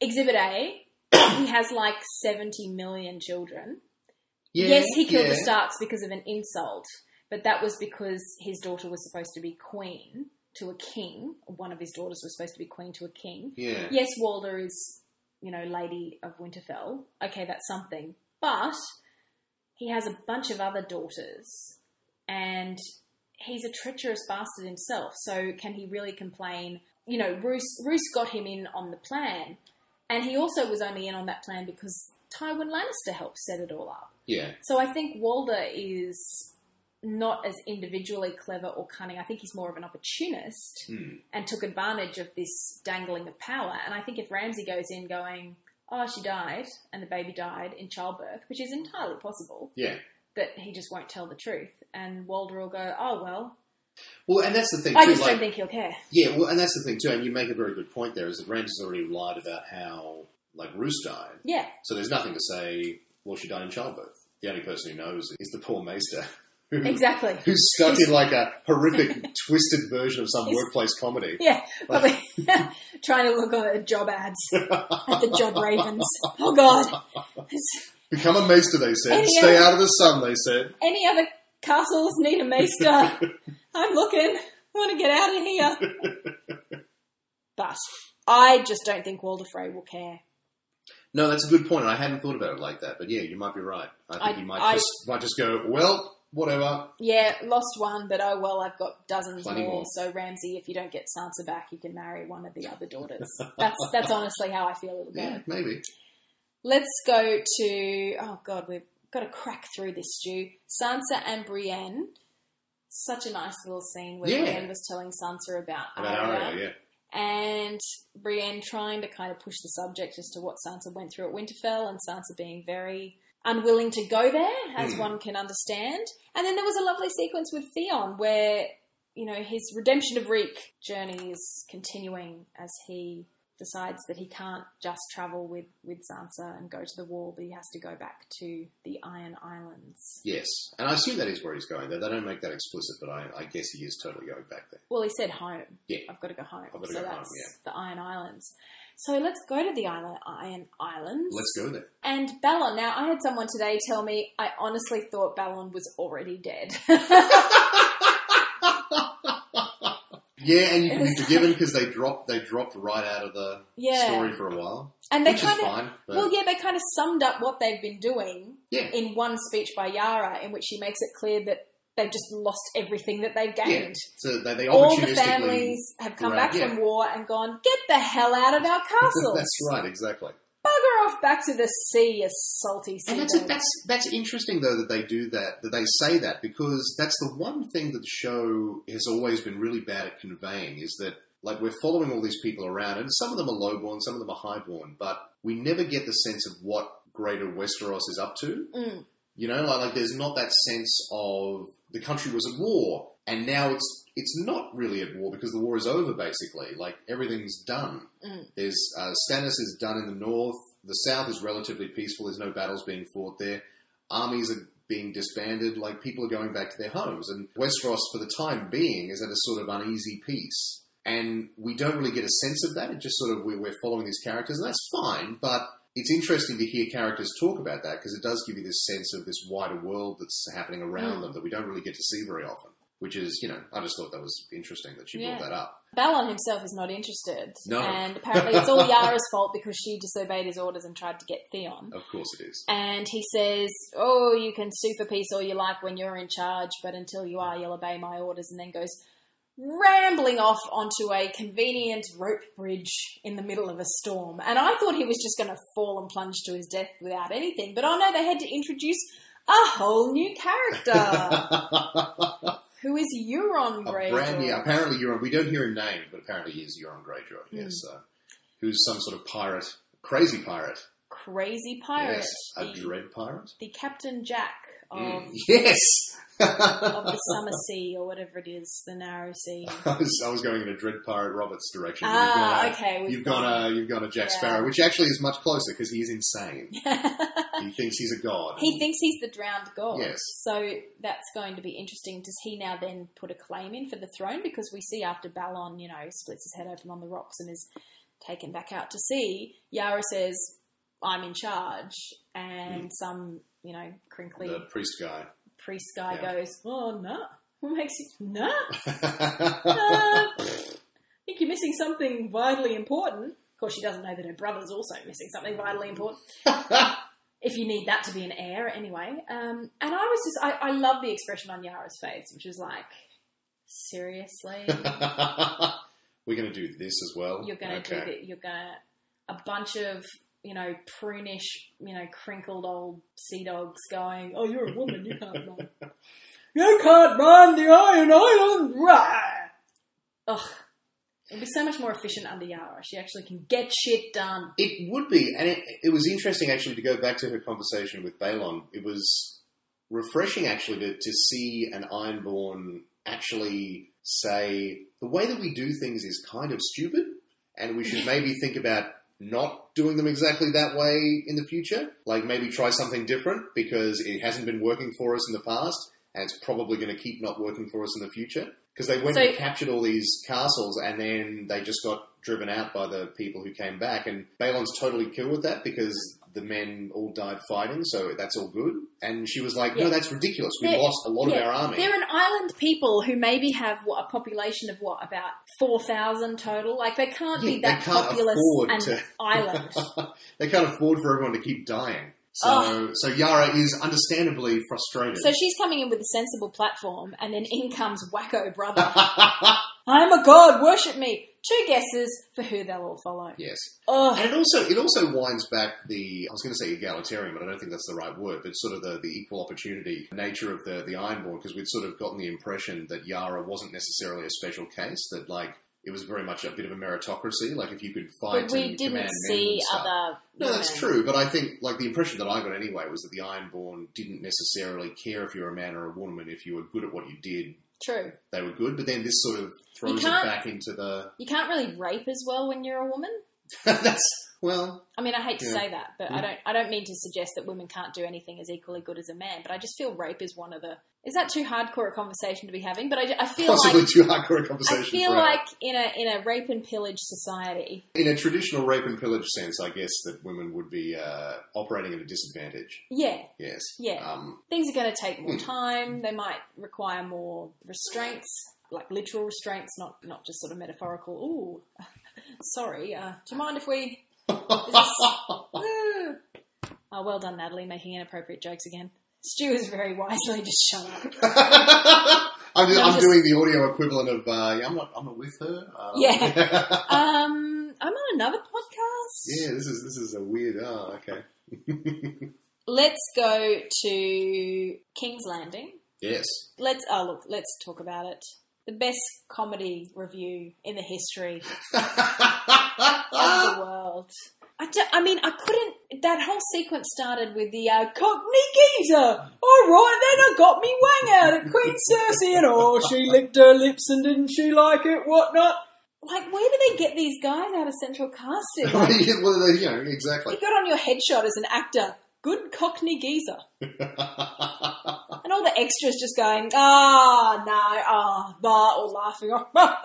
Exhibit A, (coughs) he has like 70 million children.
Yeah,
(laughs) yes, he killed
yeah.
the Starks because of an insult, but that was because his daughter was supposed to be queen to a king. or One of his daughters was supposed to be queen to a king.
Yeah.
Yes, Walder is, you know, Lady of Winterfell. Okay, that's something. But he has a bunch of other daughters and he's a treacherous bastard himself. So can he really complain? You know, Roos, Roos got him in on the plan, And he also was only in on that plan because Tywin Lannister helped set it all up.
Yeah.
So I think Walder is not as individually clever or cunning. I think he's more of an opportunist
Hmm.
and took advantage of this dangling of power. And I think if Ramsay goes in going, oh, she died and the baby died in childbirth, which is entirely possible,
Yeah.
that he just won't tell the truth. And Walder will go, oh, well,
Well, and that's the thing.
I
too,
just
like-
don't think he'll care.
Yeah, well, and that's the thing too. And you make a very good point there. Is that Ramsay's already lied about how like Roos died,
Yeah,
so there's nothing to say. Well, she died in childbirth. The only person who knows is the poor Maester, (laughs) who, (laughs)
exactly.
who's stuck in like a
(laughs)
horrific, twisted version of some
He's-
workplace comedy.
Yeah, probably (laughs) trying to look on job
(laughs)
ads at the job ravens. Oh God!
(laughs) Become a Maester, they said.
Any
Stay
other-
out of the sun, they said.
Any other castles need a
(laughs)
maester? I'm looking. I want to get out of here. But I just don't think Walder Frey will care.
No, that's a good point. and I hadn't thought about it like that, but yeah, you might be right. I think
I-
you might
I-
just might just go. Well, whatever.
Yeah, lost one, but oh well, I've got dozens
Plenty
more.
more.
So Ramsay, if you don't get Sansa back, you can marry one of the other daughters. That's that's honestly how I feel it'll go.
Yeah, maybe.
Let's go to oh god, we've got to crack through this, Stu. Sansa and Brienne. Such a nice little scene where
Yeah.
Brienne was telling Sansa about
About
Arya
Arya, yeah.
and Brienne trying to kind of push the subject as to what Sansa went through at Winterfell, and Sansa being very unwilling to go there, as
Mm.
one can understand. And then there was a lovely sequence with Theon where, you know, his redemption of Reek journey is continuing as he decides that he can't just travel with, with Sansa and go to the wall, but he has to go back to the Iron Islands.
Yes, and I assume that is where he's going. Though they don't make that explicit, but I, I guess he is totally going back there.
Well, he said home.
Yeah.
I've got to go home.
I've got to
so
go home,
that's the Iron Islands. So let's go to the Isle- Iron Islands.
Let's go there.
And Balon. Now, I had someone today tell me I honestly thought Balon was already dead. (laughs)
Yeah, and you can
It
be
was (laughs)
forgiven because they dropped they dropped right out of the
Yeah.
story for a while,
and they
which
kind
is
of,
fine. But
well, yeah, they kind of summed up what they've been doing
yeah,
in one speech by Yara, in which she makes it clear that they've just lost everything that they've gained.
so they, they
All the
opportunistically.
families have come
Right,
back
yeah.
from war and gone, get the hell out of our castles.
(laughs) That's right, exactly.
Bugger off back to the sea, you salty sea.
And that's a, that's that's interesting though that they do that that they say that because that's the one thing that the show has always been really bad at conveying is that like we're following all these people around and some of them are lowborn, some of them are highborn, but we never get the sense of what Greater Westeros is up to.
Mm.
You know, like, like there's not that sense of the country was at war and now it's it's not really at war because the war is over basically. Like everything's done.
Mm.
There's uh, Stannis is done in the north. The south is relatively peaceful. There's no battles being fought there. Armies are being disbanded. Like people are going back to their homes, and Westeros for the time being is at a sort of uneasy peace. And we don't really get a sense of that. It just sort of we're, we're following these characters, and that's fine. But it's interesting to hear characters talk about that because it does give you this sense of this wider world that's happening around
Mm.
them that we don't really get to see very often. Which is, you know, I just thought that was interesting that she
Yeah.
brought that up.
Balon himself is not interested.
No.
And apparently it's all Yara's fault because she disobeyed his orders and tried to get Theon.
Of course, it is.
And he says, Oh, you can sue for peace all you like when you're in charge, but until you are, you'll obey my orders. And then goes rambling off onto a convenient rope bridge in the middle of a storm. And I thought he was just going to fall and plunge to his death without anything. But oh no, they had to introduce a whole new
(laughs)
character who is Euron
a
Greyjoy.
brand new. Apparently, Euron. We don't hear him named, but apparently he is Euron Greyjoy.
Mm.
Yes, uh, who's some sort of pirate, crazy pirate.
Crazy pirate.
Yes, a
The-
dread pirate.
the Captain Jack of,
Mm. (laughs) Yes. I
of the Summer Sea or whatever it is, the Narrow Sea.
was, I was going in a dread pirate Roberts direction. but you've gone,
ah,
a-
okay. we've
You've got a you've got a Jack
Yeah.
Sparrow, which actually is much closer because he's
(laughs)
insane. he thinks he's a god.
he thinks he's the drowned god.
Yes.
So that's going to be interesting. Does he now then put a claim in for the throne? Because we see after Balon, you know, splits his head open on the rocks and is taken back out to sea, Yara says, I'm in charge. And some, you know, crinkly
Mm. the priest guy.
(laughs)
(laughs)
priest guy
Yeah.
goes, Oh, no. What makes you, no?
yeah,
Uh, pfft, I think you're missing something vitally important. Of course, she doesn't know that her brother's also missing something vitally important. If you need that to be an heir, anyway. Um, and I was just, I, I love the expression on Yara's face, which is like, seriously,
we're going to do this as well.
you're gonna
okay.
do that. You're gonna. a bunch of you know prunish, you know crinkled old sea dogs going, "Oh, you're a woman, you can't run. You can't run the Iron Island." Rah! Ugh, it'd be so much more efficient under Yara. She actually can get shit done.
It would be, and it, it was interesting actually to go back to her conversation with Balon. It was refreshing actually to, to see an Ironborn actually say the way that we do things is kind of stupid, and we should maybe think about not doing them exactly that way in the future. Like maybe try something different because it hasn't been working for us in the past, and it's probably going to keep not working for us in the future. Because they went
So-
and captured all these castles, and then they just got driven out by the people who came back. And Balon's totally cool with that because the men all died fighting, so that's all good. And she was like,
Yeah.
"No, that's ridiculous. We
They're-
lost a lot
yeah,
of our army."
They're an island people who maybe have what, a population of what about four thousand total. Like they can't
Yeah,
be
they
that
can't
populous
afford
an
to-
island.
they can't afford for everyone to keep dying. So,
Oh.
so Yara is understandably frustrated. (laughs)
So she's coming in with a sensible platform, and then in comes Wacko Brother. I'm a god, worship me. Two guesses for who they'll all follow.
yes,
Ugh.
and it also it also winds back the I was going to say egalitarian, but I don't think that's the right word. But sort of the, the equal opportunity nature of the the Ironborn, because we'd sort of gotten the impression that Yara wasn't necessarily a special case. That like it was very much a bit of a meritocracy. Like if you could fight,
But we
and command men
didn't
and
see
stuff.
other.
No, that's
women.
true, but I think like the impression that I got anyway was that the Ironborn didn't necessarily care if you were a man or a woman. If you were good at what you did,
True.
they were good. But then this sort of throws it
can't-
back into the (laughs)
You can't really rape as well when you're a woman.
that's well,
I mean, I hate to
Yeah.
say that, but I
Yeah.
don't. I don't mean to suggest that women can't do anything as equally good as a man. But I just feel rape is one of the. Is that too hardcore a conversation to be having? But I, I feel
possibly
like
too hardcore a
I
conversation.
feel
for our-
like in a in a rape and pillage society,
in a traditional rape and pillage sense, I guess that women would be uh, operating at a disadvantage.
yeah,
Yes.
Yeah.
Um,
things are going to take more
Hmm.
time. They might require more restraints, like literal restraints, not not just sort of metaphorical. Ooh, (laughs) sorry. Uh, do you mind if
(laughs)
we? is this- (laughs) Ah. Oh, well done, Natalie, making inappropriate jokes again. Stu is very wisely (laughs) just shut up.
I'm, just,
No,
I'm
just-
doing the audio equivalent of uh, yeah, I'm not. I'm not with her. Uh, (laughs)
Yeah. Um, I'm on another podcast.
yeah. This is this is a weird. Oh, okay.
Let's go to King's Landing. (laughs)
Yes. (laughs)
Let's oh look, let's talk about it. The best comedy review in the history of the world. I, don't- I mean, I couldn't. That whole sequence started with the uh, Cockney geezer. All right, then I got me wang out at Queen Cersei, and oh, she licked her lips, and didn't she like it? Whatnot. Like, where do they get these guys out of central
(laughs)
casting?
well,
Like,
you know
you
exactly. (laughs)
got on your headshot as an actor. Good Cockney geezer. And all the extras just going, ah, no, ah, bah, or laughing. (laughs)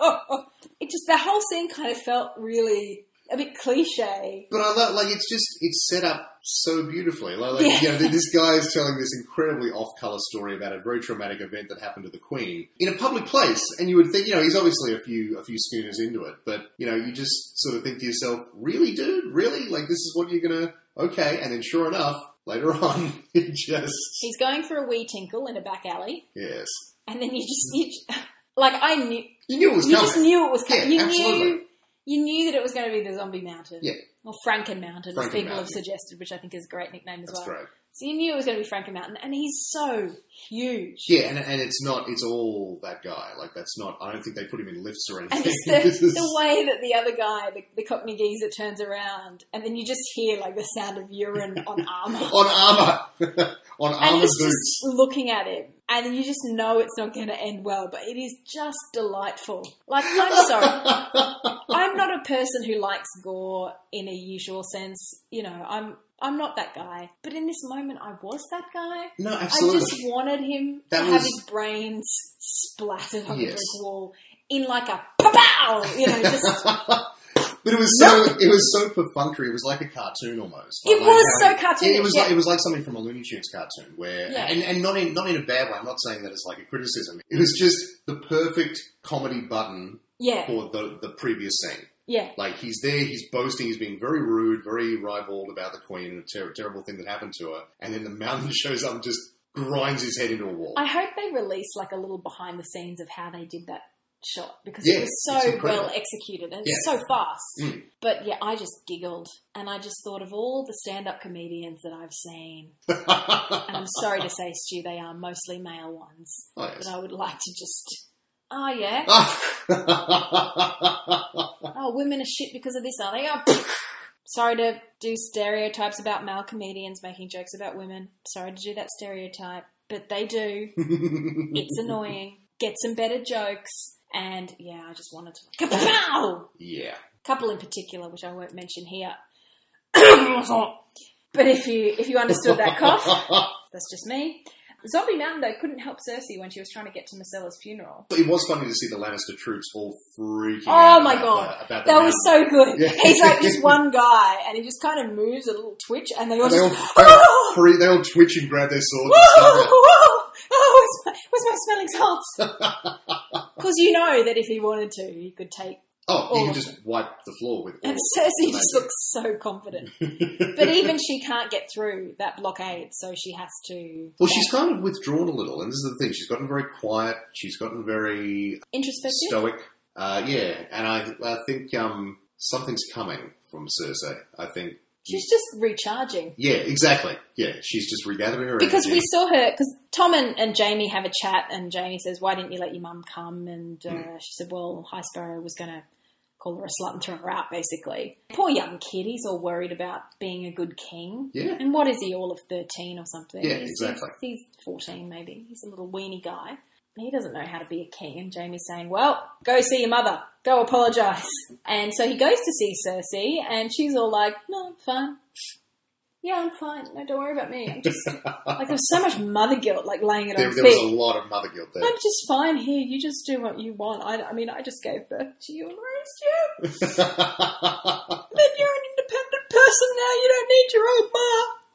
it just, the whole scene kind of felt really a bit cliche.
But I love, like, it's just, it's set up so beautifully. Like, like,
Yeah.
you know, th- this guy is telling this incredibly off-color story about a very traumatic event that happened to the Queen in a public place. And you would think, you know, he's obviously a few, a few schooners into it. But, you know, you just sort of think to yourself, really, dude? Really? Like, this is what you're gonna, okay. And then sure enough, later (laughs) on, it just,
He's going for a wee tinkle in a back alley,
yes.
and then you just, you, j- (laughs) like, I knew,
You knew it was
you just
coming.
knew it was coming.
Yeah,
you knew,
absolutely.
you knew that it was going to be the Zombie Mountain.
Yeah.
Or Franken Mountain, as
Franken
people have
Mountain.
suggested, which I think is a great nickname as
That's
well.
great.
So you knew it was going to be Franken Mountain, and he's so huge.
Yeah, and, and it's not, it's all that guy. Like, that's not, I don't think they put him in lifts or (laughs) anything.
And just
This
the,
is-
the way that the other guy, the, the Cockney geezer, turns around, and then you just hear like the sound of urine on
(laughs)
armor,
on armor, (laughs) on
and
armor
it's
boots.
just looking at him, and you just know it's not going to end well. But it is just delightful. Like
(laughs)
I'm sorry, I'm not a person who likes gore in a usual sense. You know, I'm I'm not that guy. But in this moment, I was that guy.
no,
I just
absolutely.
wanted him
That
to have
was-
his brains splattered on the
Yes.
brick wall in like a pow, you know,
(laughs)
just.
(laughs) but it was so it was so perfunctory. It was like a cartoon almost.
It
Like,
was
how-
so cartoonish,
It, it was
yeah.
like, it was like something from a Looney Tunes cartoon where,
Yeah.
and, and not in not in a bad way. I'm not saying that it's like a criticism. It was just the perfect comedy button
Yeah,
for the the previous scene.
yeah.
Like he's there, he's boasting, he's being very rude, very ribald about the queen and a ter- terrible thing that happened to her. And then the mountain (laughs) shows up and just grinds his head into a wall.
I hope they release like a little behind the scenes of how they did that shot because
Yeah,
it was
it's
so
incredible.
well executed and so fast.
Mm.
But yeah, I just giggled and I just thought of all the stand up comedians that I've seen.
oh,
And I'm sorry to say, Stu, they are mostly male ones. But
Oh, yes.
I would like to just, oh yeah,
Ah.
oh, women are shit because of this, are they? Oh, (laughs) sorry to do stereotypes about male comedians making jokes about women. Sorry to do that stereotype. But they do. It's annoying. Get some better jokes. And yeah, I just wanted to. Kapow!
(laughs) yeah.
couple in particular, which I won't mention here. but if you if you understood that cough, that's just me. Zombie Mountain though couldn't help Cersei when she was trying to get to Marcella's funeral.
But (laughs) it was funny to see the Lannister troops all freaking
Oh
out
my
about
God.
the- about the
That was so
mountain.
good.
Yeah.
He's like just one guy, and he just kind of moves a little twitch, and they all
And They all,
just.
they, all free, they all twitch and grab their swords and stuff.
Oh, where's my, where's my smelling salts? Because you know that if he wanted to, he could take.
Oh,
All
you can
of
just wipe the floor with all
And
of
Cersei
it.
just looks so confident. But even she can't get through that blockade, so she has to.
(laughs) Well, she's kind of withdrawn a little, and this is the thing. She's gotten very quiet. She's gotten very
introspective.
stoic. Uh, yeah, and I, I think um, something's coming from Cersei. I think.
She's just recharging.
Yeah, exactly. Yeah, she's just regathering her
Because we
energy.
saw her, because Tom and, and Jamie have a chat, and Jamie says, Why didn't you let your mum come? And uh,
Hmm.
she said, Well, High Sparrow was going to call her a slut and throw her out, basically. Poor young kid, he's all worried about being a good king.
Yeah.
And what is he, all of 13 or something?
Yeah,
He's-
exactly.
He's, he's 14, maybe. He's a little weenie guy. He doesn't know how to be a king. And Jamie's saying, Well, go see your mother. Go apologise. (laughs) And so he goes to see Cersei, and she's all like, No, I'm fine. Yeah, I'm fine. No, don't worry about me. I'm
(laughs)
just like there's so much mother guilt, like laying it
There,
on
there was a
thick.
lot of mother guilt there.
I'm just fine here. You just do what you want. I, I mean, I just gave birth to you and raised you.
(laughs)
But you're an independent person now. You don't need your old ma.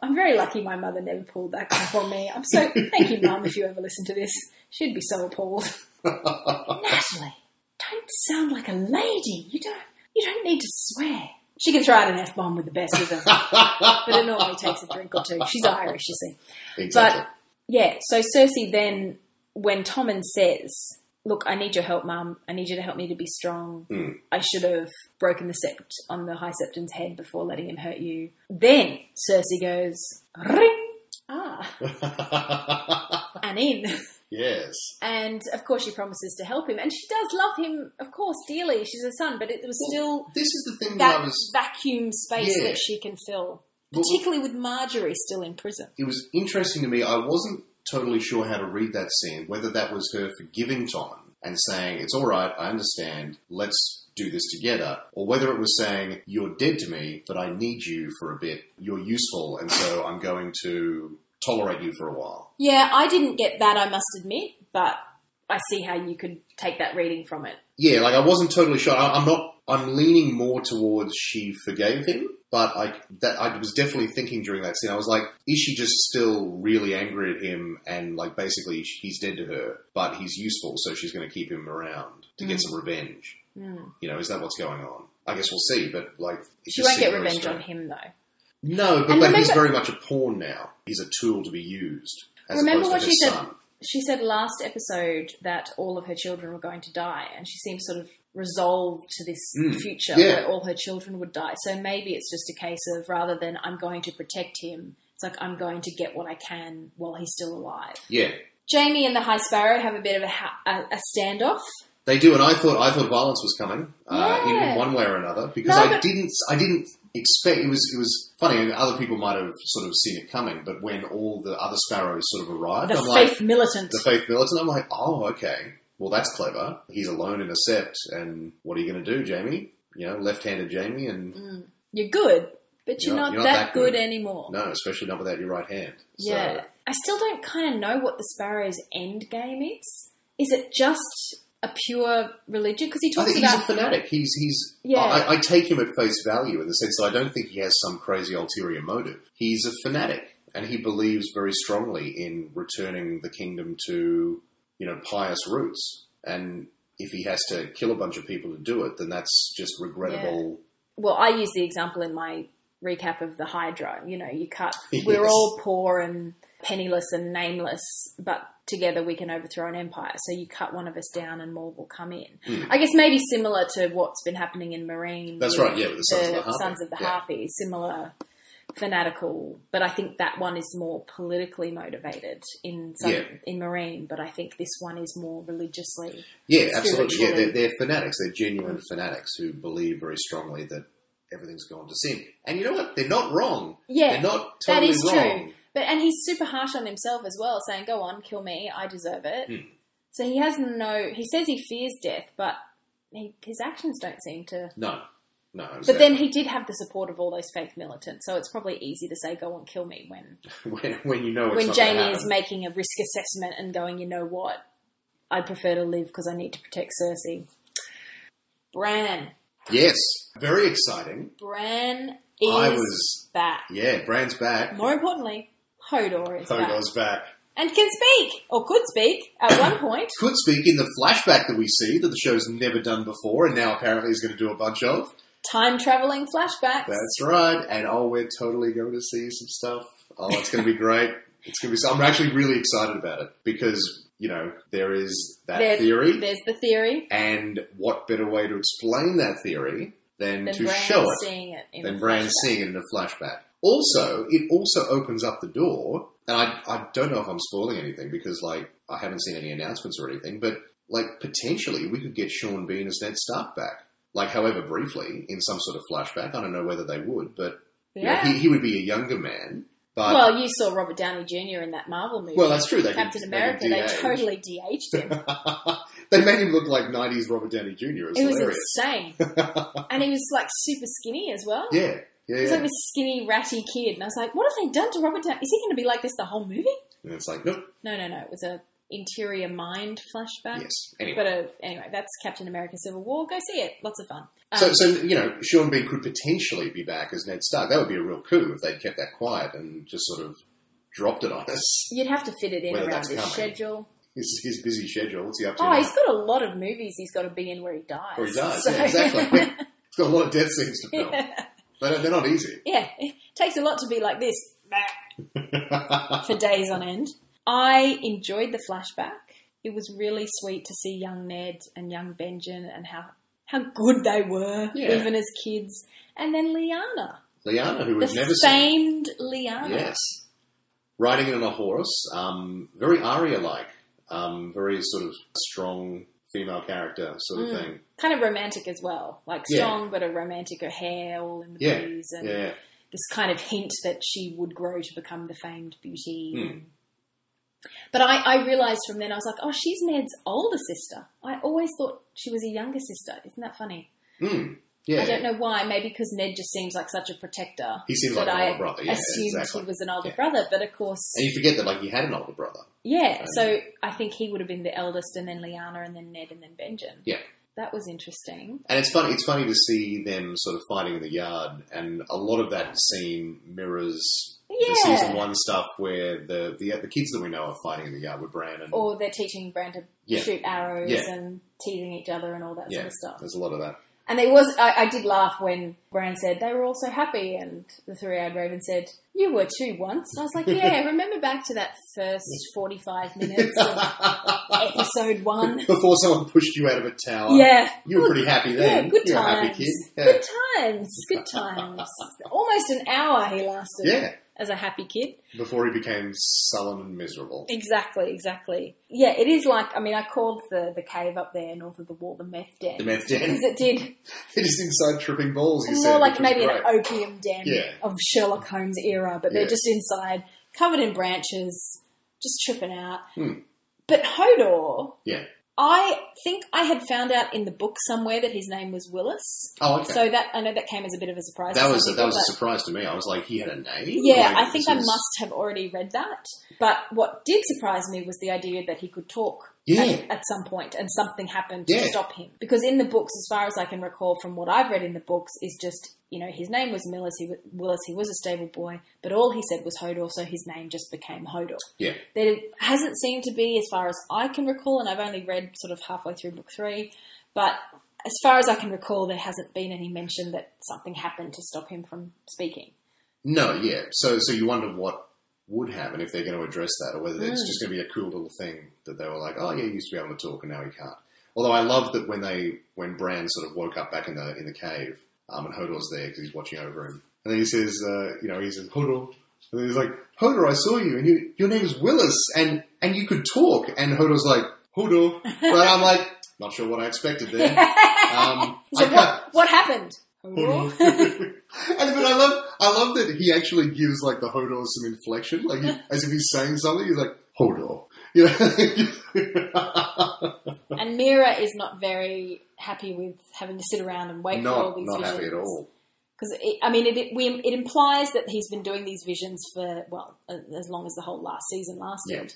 I'm very lucky my mother never pulled that crap on me. I'm so thank you, mum, if you ever listen to this. She'd be so appalled.
(laughs)
Natalie, don't sound like a lady. You don't. You don't need to swear. She can throw out an f bomb with the best of them, but it normally takes a drink or two. She's Irish, you see.
exactly. (laughs)
But yeah, so Cersei then, when Tommen says, "Look, I need your help, Mum. I need you to help me to be strong.
Hmm.
I should have broken the sept on the High Septon's head before letting him hurt you." Then Cersei goes, "Ring, ah, (laughs) and in."
yes.
And of course, she promises to help him, and she does love him, of course, dearly. She's her son, but it was still
This is the thing that, I
that
was.
vacuum space
Yeah.
that she can fill,
Well-
particularly with Marjorie still in prison.
It was interesting to me. I wasn't totally sure how to read that scene, whether that was her forgiving Tommen and saying, It's all right, I understand, let's do this together, or whether it was saying, You're dead to me, but I need you for a bit, you're useful, and so I'm going to tolerate you for a while.
Yeah, I didn't get that, I must admit, but I see how you could take that reading from it.
Yeah, like I wasn't totally sure. I, I'm not. I'm leaning more towards she forgave him, but I that I was definitely thinking during that scene. I was like, is she just still really angry at him, and like basically sh- he's dead to her, but he's useful, so she's going to keep him around to
Mm.
get some revenge. You know, is that what's going on? I guess we'll see. But like, it
She
just
won't get
seemed very
revenge on
strange.
him, though.
No, but, but
And
he's
remember-
very much a pawn now. He's a tool to be used. As
Remember
opposed
what
to
she
his
said?
son.
She said last episode that all of her children were going to die, and she seems sort of resolved to this
Mm,
future
yeah.
where all her children would die. So maybe it's just a case of rather than I'm going to protect him, it's like I'm going to get what I can while he's still alive.
Yeah,
Jamie and the High Sparrow have a bit of a, ha- a, a standoff.
They do, and I thought I thought violence was coming uh,
Yeah.
in one way or another because
No,
I
but-
didn't I didn't expect it was it was funny and other people might have sort of seen it coming, but when all the other sparrows sort of arrived,
The
I'm
faith
like
militant.
the faith militant. I'm like, oh okay, well that's clever. He's alone in a sept, and what are you going to do, Jamie? You know, left-handed Jamie, and
Mm. You're good, but you're, not, that, good,
good.
anymore.
no, especially not without your right hand. So,
Yeah. I still don't kind of know what the Sparrow's end game is. Is it just a pure religion? Because he
I
talks
think he's a
about.
fanatic. He's he's.
Yeah.
I, I take him at face value in the sense that I don't think he has some crazy ulterior motive. He's a fanatic, and he believes very strongly in returning the kingdom to you know pious roots. And if he has to kill a bunch of people to do it, then that's just regrettable.
well, I use the example in my recap of the Hydra. You know, you cut.
(laughs) Yes.
We're all poor and penniless and nameless, but together we can overthrow an empire. So you cut one of us down and more will come in.
Hmm.
I guess maybe similar to what's been happening in Marine.
That's
with
right, yeah, with the Sons of the Harpy.
Sons of the
Yeah.
Harpy, similar fanatical, but I think that one is more politically motivated in some,
Yeah.
in Marine, but I think this one is more religiously.
Yeah, absolutely. Yeah,
Spiritually.
they're, they're fanatics. They're genuine fanatics who believe very strongly that everything's gone to sin. And you know what? They're not wrong.
Yeah.
They're not
That
totally
is
wrong.
true. But and he's super harsh on himself as well, saying, "Go on, kill me. I deserve it."
Hmm.
So he has no. He says he fears death, but he, his actions don't seem to.
No, no. Exactly.
But then he did have the support of all those fake militants, so it's probably easy to say, "Go on, kill me." When
(laughs) when, when you know it's
when
not gonna
Jamie is
happen.
making a risk assessment and going, "You know what? I prefer to live because I need to protect Cersei." Bran,
yes, very exciting.
Bran is
I was
back.
yeah. Bran's back.
More importantly, Hodor is back
Hodor's back.
and can speak or could speak at one point.
Could speak in the flashback that we see that the show's never done before, and now apparently is going to do a bunch of.
Time traveling flashbacks.
That's right. And oh, we're totally going to see some stuff. Oh, it's going to be great. It's going to be. so- I'm actually really excited about it because you know there is that
There-
theory.
There's the theory.
And what better way to explain that theory than,
Then
to
Bran's
show it
seeing it. In
than
a
Bran
flashback.
seeing it in a flashback? Also, it also opens up the door, and I, I don't know if I'm spoiling anything because like I haven't seen any announcements or anything, but like potentially we could get Sean Bean as Ned Stark back. Like, however briefly, in some sort of flashback. I don't know whether they would, but you know,
Yeah.
he, he would be a younger man. But well,
well, you saw Robert Downey Jr. in that Marvel movie.
that's true. They
Captain
could,
America.
They,
They
could de-age.
totally de-aged
(laughs)
him.
they made him look like '90s Robert Downey Jr. It's
it was
hilarious. (laughs)
insane, and he was like super skinny as well.
Yeah, yeah.
He was
yeah.
like this skinny, ratty kid, and I was like, "What have they done to Robert Downey? Is he going to be like this the whole movie?"
and it's like, nope.
No, no, no. It was a interior mind flashback.
Yes. Anyway.
But uh, anyway, that's Captain America: Civil War. Go see it. Lots of fun. Um,
So, so you know, Sean Bean could potentially be back as Ned Stark. That would be a real coup if they'd kept that quiet and just sort of dropped it on us. (laughs)
You'd have to fit it in
Whether
around
that's
his
coming.
schedule.
His, his busy schedule. What's he up to?
Oh,
now?
he's got a lot of movies he's got to be in where he dies.
or he dies.
So- (laughs)
Yeah, exactly. (laughs) he's got a lot of death scenes to film.
yeah.
But uh, they're not easy.
it takes a lot to be like
(laughs)
this for days on end. I enjoyed the flashback. It was really sweet to see young Ned and young Benjen and how how good they were
Yeah.
even as kids. And then Liana,
Liana, who
the
we've never seen.
famed Liana.
Yes. Riding on a horse, um, very Arya-like, um, very sort of strong female character sort of
Mm.
thing.
Kind of romantic as well, like
Yeah.
strong but a romantic. Her hair all in the
Yeah.
breeze, and
Yeah.
this kind of hint that she would grow to become the famed beauty.
Hmm.
But I, I realized from then I was like, oh, she's Ned's older sister. I always thought she was a younger sister. Isn't that funny?
Mm. Yeah.
I don't know why. Maybe because Ned just seems like such a protector.
He seems
that
like an
I
older brother. Yeah,
assumed
exactly.
he was an older
Yeah.
brother, but of course,
And you forget that, like, he had an older brother.
yeah. So I think he would have been the eldest, and then Liana, and then Ned, and then Benjen.
Yeah.
That was interesting.
And it's funny. It's funny to see them sort of fighting in the yard, and a lot of that scene mirrors the
Yeah.
season one stuff where the, the the kids that we know are fighting in the yard with Bran and
Or they're teaching Bran to
Yeah.
shoot arrows
Yeah.
and teasing each other and all that
yeah,
sort of stuff.
there's a lot of that. (laughs)
And there was, I, I did laugh when Bran said they were all so happy, and the three-eyed raven said, "You were too once." And I was like,
(laughs)
"Yeah, remember back to that first forty-five minutes of episode one?
Before someone pushed you out of a tower,
Yeah,
you were
Good-
pretty happy
yeah,
then.
good
you were a happy
times,
kid. Yeah.
good times,
(laughs)
good times. Almost an hour he lasted
Yeah.
as a happy kid.
Before he became sullen and miserable.
Exactly, exactly. Yeah, it is like I mean, I called the the cave up there north of the wall the meth den.
The meth den. (laughs)
because it did."
It is inside tripping balls. You
more
said,
like
which was
maybe an
great.
opium den
Yeah.
of Sherlock Holmes era, but they're
Yeah.
just inside, covered in branches, just tripping out.
Hmm.
But Hodor,
yeah.
I think I had found out in the book somewhere that his name was Willis.
Oh, okay.
So that I know that came as a bit of a surprise.
that
to
was
some
a, that
people,
was a
but-
surprise to me. I was like, he had a name.
yeah,
Like,
I think
this
I
is-
must have already read that. But what did surprise me was the idea that he could talk
Yeah.
at, at some point and something happened to
Yeah.
stop him. Because in the books, as far as I can recall from what I've read in the books, is just, you know, his name was Millis, he was, Willis, he was a stable boy, but all he said was Hodor, so his name just became Hodor.
Yeah.
There hasn't seemed to be, as far as I can recall, and I've only read sort of halfway through book three, but as far as I can recall, there hasn't been any mention that something happened to stop him from speaking.
No, yeah. So so you wonder what would have, and if they're going to address that, or whether it's
Mm.
just going to be a cool little thing that they were like, oh yeah, he used to be able to talk, and now he can't. Although I love that when they when Bran sort of woke up back in the in the cave, um, and Hodor's there because he's watching over him, and then he says, uh, you know, he says Hodor, and then he's like, Hodor, I saw you, and you, your name is Willis, and and you could talk, and Hodor's like Hodor, but I'm like, not sure what I expected there.
(laughs)
Um,
He
I
said,
can't- (laughs)
what, what happened?
Hodor.
Hodor?
Mm-hmm. and but I love I love that he actually gives like the Hodor some inflection,
(laughs)
like he, as if he's saying something. He's like Hodor, (laughs) you know.
(laughs) and Mira is not very happy with having to sit around and wait for all
not
these
not
visions.
happy at all.
Because I mean, it, it, we, it implies that he's been doing these visions for well a- as long as the whole last season lasted,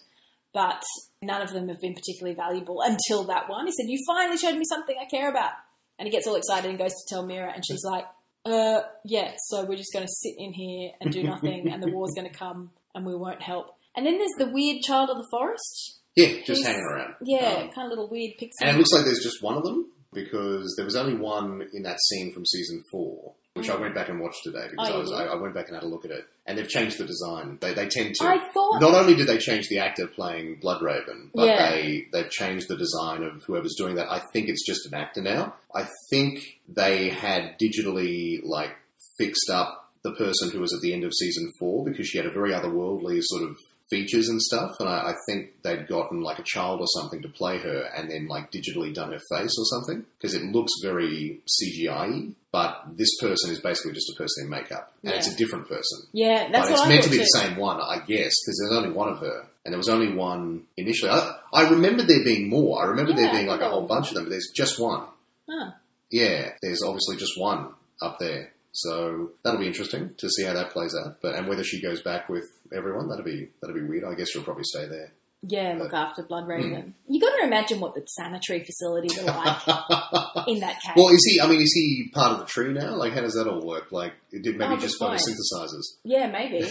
but none of them have been particularly valuable until that one. He said, "You finally showed me something I care about," and he gets all excited and goes to tell Mira, and she's like, "Uh, yeah, so we're just going to sit in here and do nothing, and the war's going to come, and we won't help." And then there's the weird child of the forest.
Yeah, just
He's-
hanging around.
Yeah,
Um,
kind of little weird pixie.
and it looks like there's just one of them because there was only one in that scene from season four, which I went back and watched today because
Mm. Oh,
I
you
was
did?
I, I went back and had a look at it, and they've changed the design. They they tend to.
I thought
Not only did they change the actor playing Bloodraven, but
Yeah.
they they've changed the design of whoever's doing that. I think it's just an actor now. I think they had digitally like fixed up the person who was at the end of season four because she had a very otherworldly sort of features and stuff, and I, I think they'd gotten like a child or something to play her, and then like digitally done her face or something because it looks very CGI. But this person is basically just a person in makeup, and it's a
Yeah.
different person.
yeah, that's what
But it's
I
meant
thought
to be
too.
the same one, I guess, because there's only one of her, and there was only one initially. I, I remember there being more. I remember there
Yeah,
being like a
there
whole
was
bunch of them, but there's just one.
Huh.
Yeah, there's obviously just one up there. So that'll be interesting to see how that plays out. But and whether she goes back with everyone, that'll be that'll be weird. I guess she'll probably stay there.
Yeah, look after
Hmm.
Blood Raven. You got to imagine what the sanitary facilities are like
(laughs)
in that cave.
well, is he? I mean, is he part of the tree now? Like, how does that all work? Like, it did maybe
Oh, good
just
point.
photosynthesizes.
yeah,
(laughs)
maybe,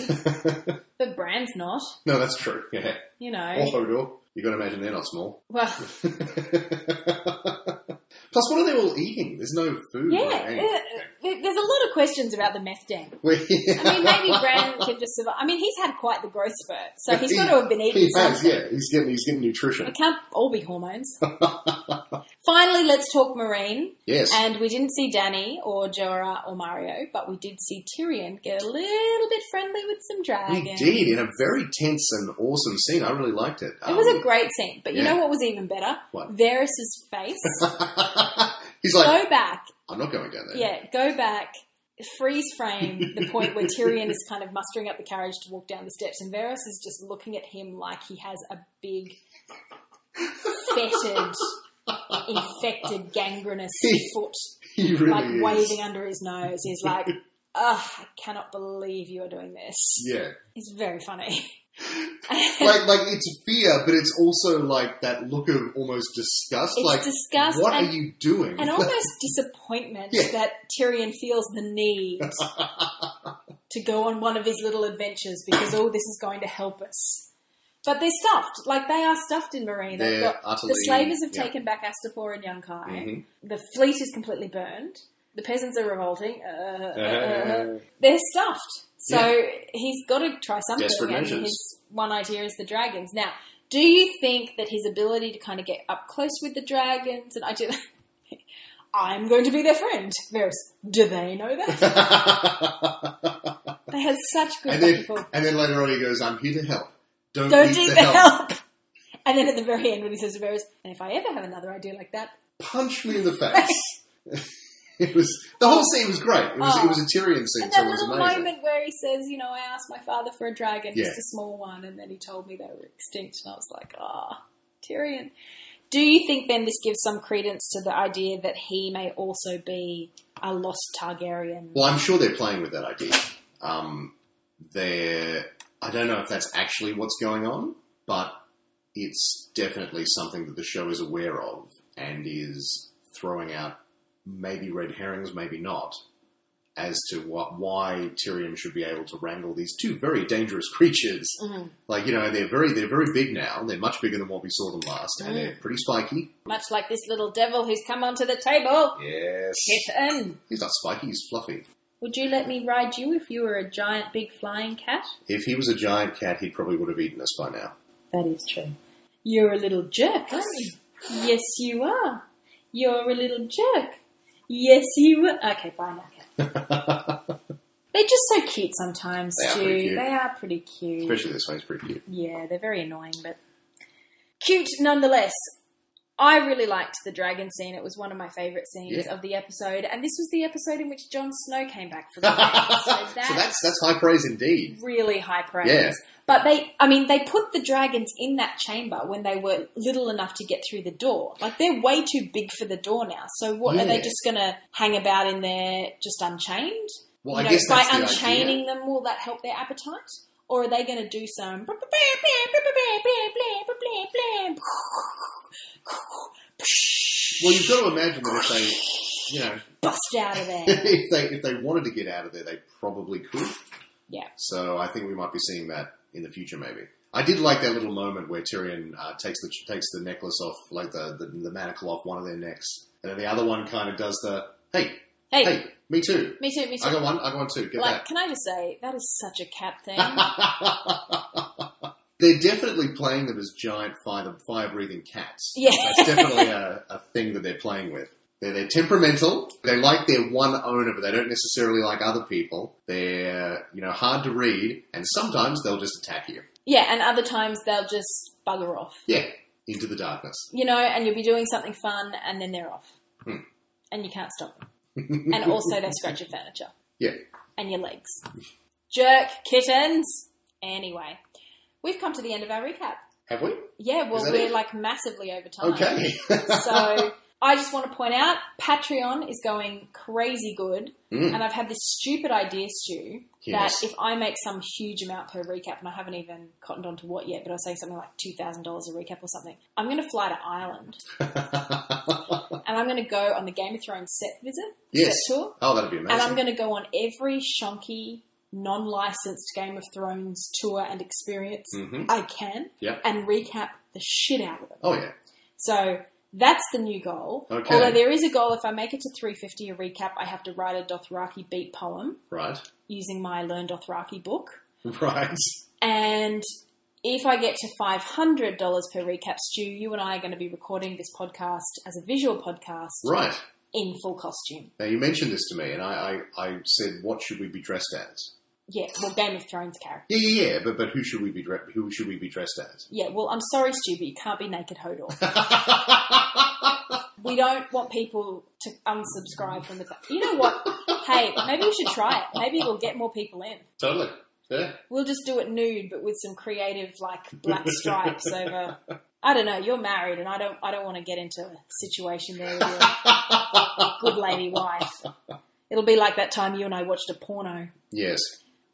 but Bran's not.
no, that's true. (laughs) Yeah.
You know,
Or Hodor. You got to imagine they're not small.
well,
(laughs) Plus, what are they all eating? There's no food.
yeah.
or anything.
uh, there- there's a lot of questions about the meth den.
Well, yeah.
I mean,
(laughs)
maybe Bran can just survive. I mean, he's had quite the growth spurt, so he's got to have been eating
He has,
something.
yeah. He's getting, he's getting nutrition.
It can't all be
(laughs)
hormones. Finally, let's talk Marine.
Yes.
And we didn't see Danny or Jorah or Mario, but we did see Tyrion get a little bit friendly with some
we
dragons.
did in a very tense and awesome scene. I really liked it.
It was a great scene, but you
Um, yeah.
know what was even better?
What?
Varys's
(laughs)
face.
Um, he's like,
go back,
I'm not going down there.
yeah, go back. Freeze frame the point where Tyrion is kind of mustering up the courage to walk down the steps, and Varys is just looking at him like he has a big,
(laughs)
fetid, infected, gangrenous foot,
(laughs) He really
like
is.
waving under his nose. He's
(laughs)
like, "Ugh, I cannot believe you are doing this."
Yeah.
(laughs) It's very funny. (laughs)
Like, like it's fear, but it's also like that look of almost disgust.
It's
like,
disgust
what
and-
are you doing? (laughs)
and almost disappointment
Yeah.
that Tyrion feels the
(laughs)
need to go on one of his little adventures because all this is going to help us. But they're stuffed, like they are stuffed in Marine. They've
They're
got-
utterly-
the slavers have
yeah.
taken back Astapor and Young Kai.
Mhm.
The fleet is completely burned. The peasants are revolting. Uh, uh, uh, (laughs)
Uh,
they're stuffed. So
Yeah.
he's got to try something.
Desperate
and
measures.
His one idea is the dragons. Now, do you think that his ability to kind of get up close with the dragons and I do (laughs) I'm going to be their friend. There's, do they know that?
(laughs)
they had such good
and then,
people.
and then later on, he goes, "I'm here to help. Don't,
Don't
need
need
the
the (laughs)
help.
help. And then at the very end, when he says to Varys, and if I ever have another idea like that,
punch me in the face. (laughs) it was the whole scene was great. It was
Oh.
it was a Tyrion scene,
And
so
that
it was
little
amazing.
moment where he says, you know, I asked my father for a dragon,
Yeah.
just a small one, and then he told me they were extinct, and I was like, ah, Tyrion. Do you think then this gives some credence to the idea that he may also be a lost Targaryen?
Well, I'm sure they're playing with that idea. Um, they're I don't know if that's actually what's going on, but it's definitely something that the show is aware of and is throwing out maybe red herrings, maybe not, as to what why Tyrion should be able to wrangle these two very dangerous (laughs) creatures.
Mhm.
Like you know, they're very they're very big now. They're much bigger than what we saw them last, and they're pretty spiky.
Much like this little devil who's come onto the table,
Yes,
Kitten.
he's not spiky. He's fluffy.
Would you let me ride you if you were a giant big flying cat?
If he was a giant cat, he probably would have eaten us by now.
That is true. You're a little jerk. Yes, you are. You're a little jerk. Yes, you are. Okay, bye now.
(laughs)
cat. they're just so cute sometimes,
They are
Stu.
pretty cute.
They are pretty cute.
Especially this one, he's pretty cute.
Yeah, they're very annoying, but cute nonetheless. I really liked the dragon scene. It was one of my favourite scenes
Yeah.
of the episode, and this was the episode in which Jon Snow came back
(laughs)
for the game. So
so that's that's high praise indeed.
really high praise.
Yeah.
But they, I mean, they put the dragons in that chamber when they were little enough to get through the door. Like they're way too big for the door now. So what are they
Yeah.
just going to hang about in there, just unchained?
Well,
you
I
know,
guess
by
that's the idea.
unchaining them, will that help their appetite? Or are they going to do some?
Well, you've got to imagine that if they, you know, (laughs)
Bust out of there.
if they if they wanted to get out of there, they probably could.
Yeah.
So I think we might be seeing that in the future, maybe. I did like that little moment where Tyrion uh, takes the takes the necklace off, like the, the the manacle off one of their necks, and then the other one kind of does the hey,
Hey,
hey, me too.
me too, me too.
I got one. I got one too. Get
like,
that.
can I just say that is such a cat thing?
(laughs) They're definitely playing them as giant fire fire breathing cats.
Yeah.
That's definitely a, a thing that they're playing with. They're, they're temperamental. They like their one owner, but they don't necessarily like other people. They're you know hard to read, and sometimes they'll just attack you.
yeah, and other times they'll just bugger off.
Yeah, into the darkness.
you know, and you'll be doing something fun, and then they're off,
Hmm.
and you can't stop them. and also,
(laughs)
they scratch your furniture
Yeah,
and your legs. Jerk kittens. Anyway, we've come to the end of our recap.
have we?
Yeah, well,
Is that
we're
it?
like massively over time.
Okay.
so I just want to point out Patreon is going crazy good,
Mm.
and I've had this stupid idea, Stu,
(laughs) Yes. (laughs)
that if I make some huge amount per recap, and I haven't even cottoned on to what yet, but I was saying something like two thousand dollars a recap or something, I'm going to fly to Ireland
Oh,
and I'm going to go on the Game of Thrones set visit
yes.
set tour,
Oh, that'd be amazing.
and I'm going to go on every shonky non-licensed Game of Thrones tour and experience
Mhm.
I can,
Yep.
and recap the shit out of it.
Oh yeah.
So that's the new goal.
Okay.
Although there is a goal, if I make it to 350 a recap, I have to write a Dothraki beat poem
Right. (laughs)
using my Learn Dothraki book.
Right.
And if I get to $500 per recap, Stu, you and I are going to be recording this podcast as a visual podcast
Right.
in full costume.
Now you mentioned this to me, and I, I, I said, "What should we be dressed as?"
Yeah, well, Game of Thrones character.
Yeah, yeah, yeah. But but who should we be dre- who should we be dressed as?
Yeah, well, I'm sorry, Stu, but you can't be naked Hodor. We don't want people to unsubscribe from the. You know what? hey, maybe we should try it. Maybe we'll get more people in.
totally. Yeah.
We'll just do it nude, but with some creative like
(laughs)
black stripes over. I don't know. You're married, and I don't. I don't want to get into a situation there with your good lady wife. It'll be like that time you and I watched a porno.
Yes.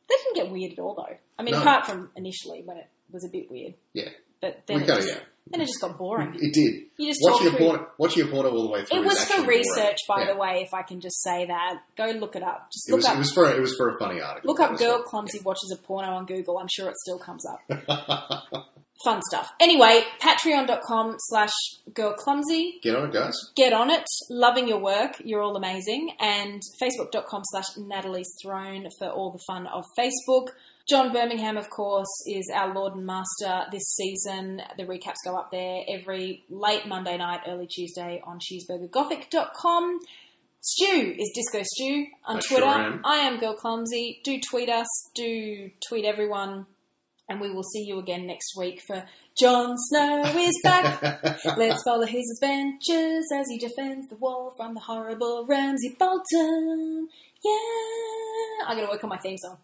They didn't get weird at all, though. I mean,
No.
apart from initially when it was a bit weird,
Yeah.
but then
We
it,
go,
just,
yeah.
then it just got boring.
It did.
You just
Watching
talk
a
through-
porno, watching a porno all the way through.
It
is
was for
actually boring.
research, by
Yeah.
the way. If I can just say that, go look it up. Just
It
look
was,
up.
it was for it was for a funny article.
Look
That
up
was
girl
it.
clumsy watches a porno on Google. I'm sure it still comes up. (laughs) Fun stuff. Anyway, patreon.com slash girl clumsy.
Get on it, guys.
Get on it. Loving your work. You're all amazing. And facebook.com slash Natalie's Throne for all the fun of Facebook. John Birmingham, of course, is our Lord and Master this season. The recaps go up there every late Monday night, early Tuesday on cheeseburgergothic.com. Stu is Disco Stew on
I sure
Twitter.
am.
I am Girl Clumsy. Do tweet us, do tweet everyone, and we will see you again next week for Jon Snow is
(laughs)
back. Let's follow his adventures as he defends the wall from the horrible Ramsay Bolton. Yeah, I gotta work on my theme song.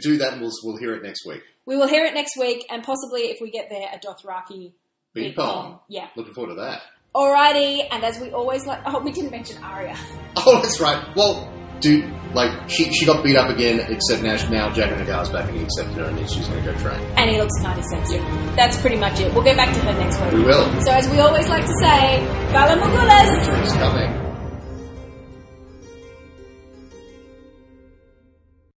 Do that, and we'll we'll hear it next week.
We will hear it next week, and possibly if we get there, a Dothraki
Big
big poem.
poem.
Yeah.
Looking forward to that. (laughs)
Alrighty, and as we always like, oh, we didn't mention Arya.
Oh, that's right. Well, dude, like she she got beat up again. Except now, now Jack and Nagar's back, and he accepted her, and she's going to go train.
And he looks kind of sexy. That's pretty much it. We'll go back to her next
We
week.
will.
So as we always like to say, Bala Mugulas!
It's coming.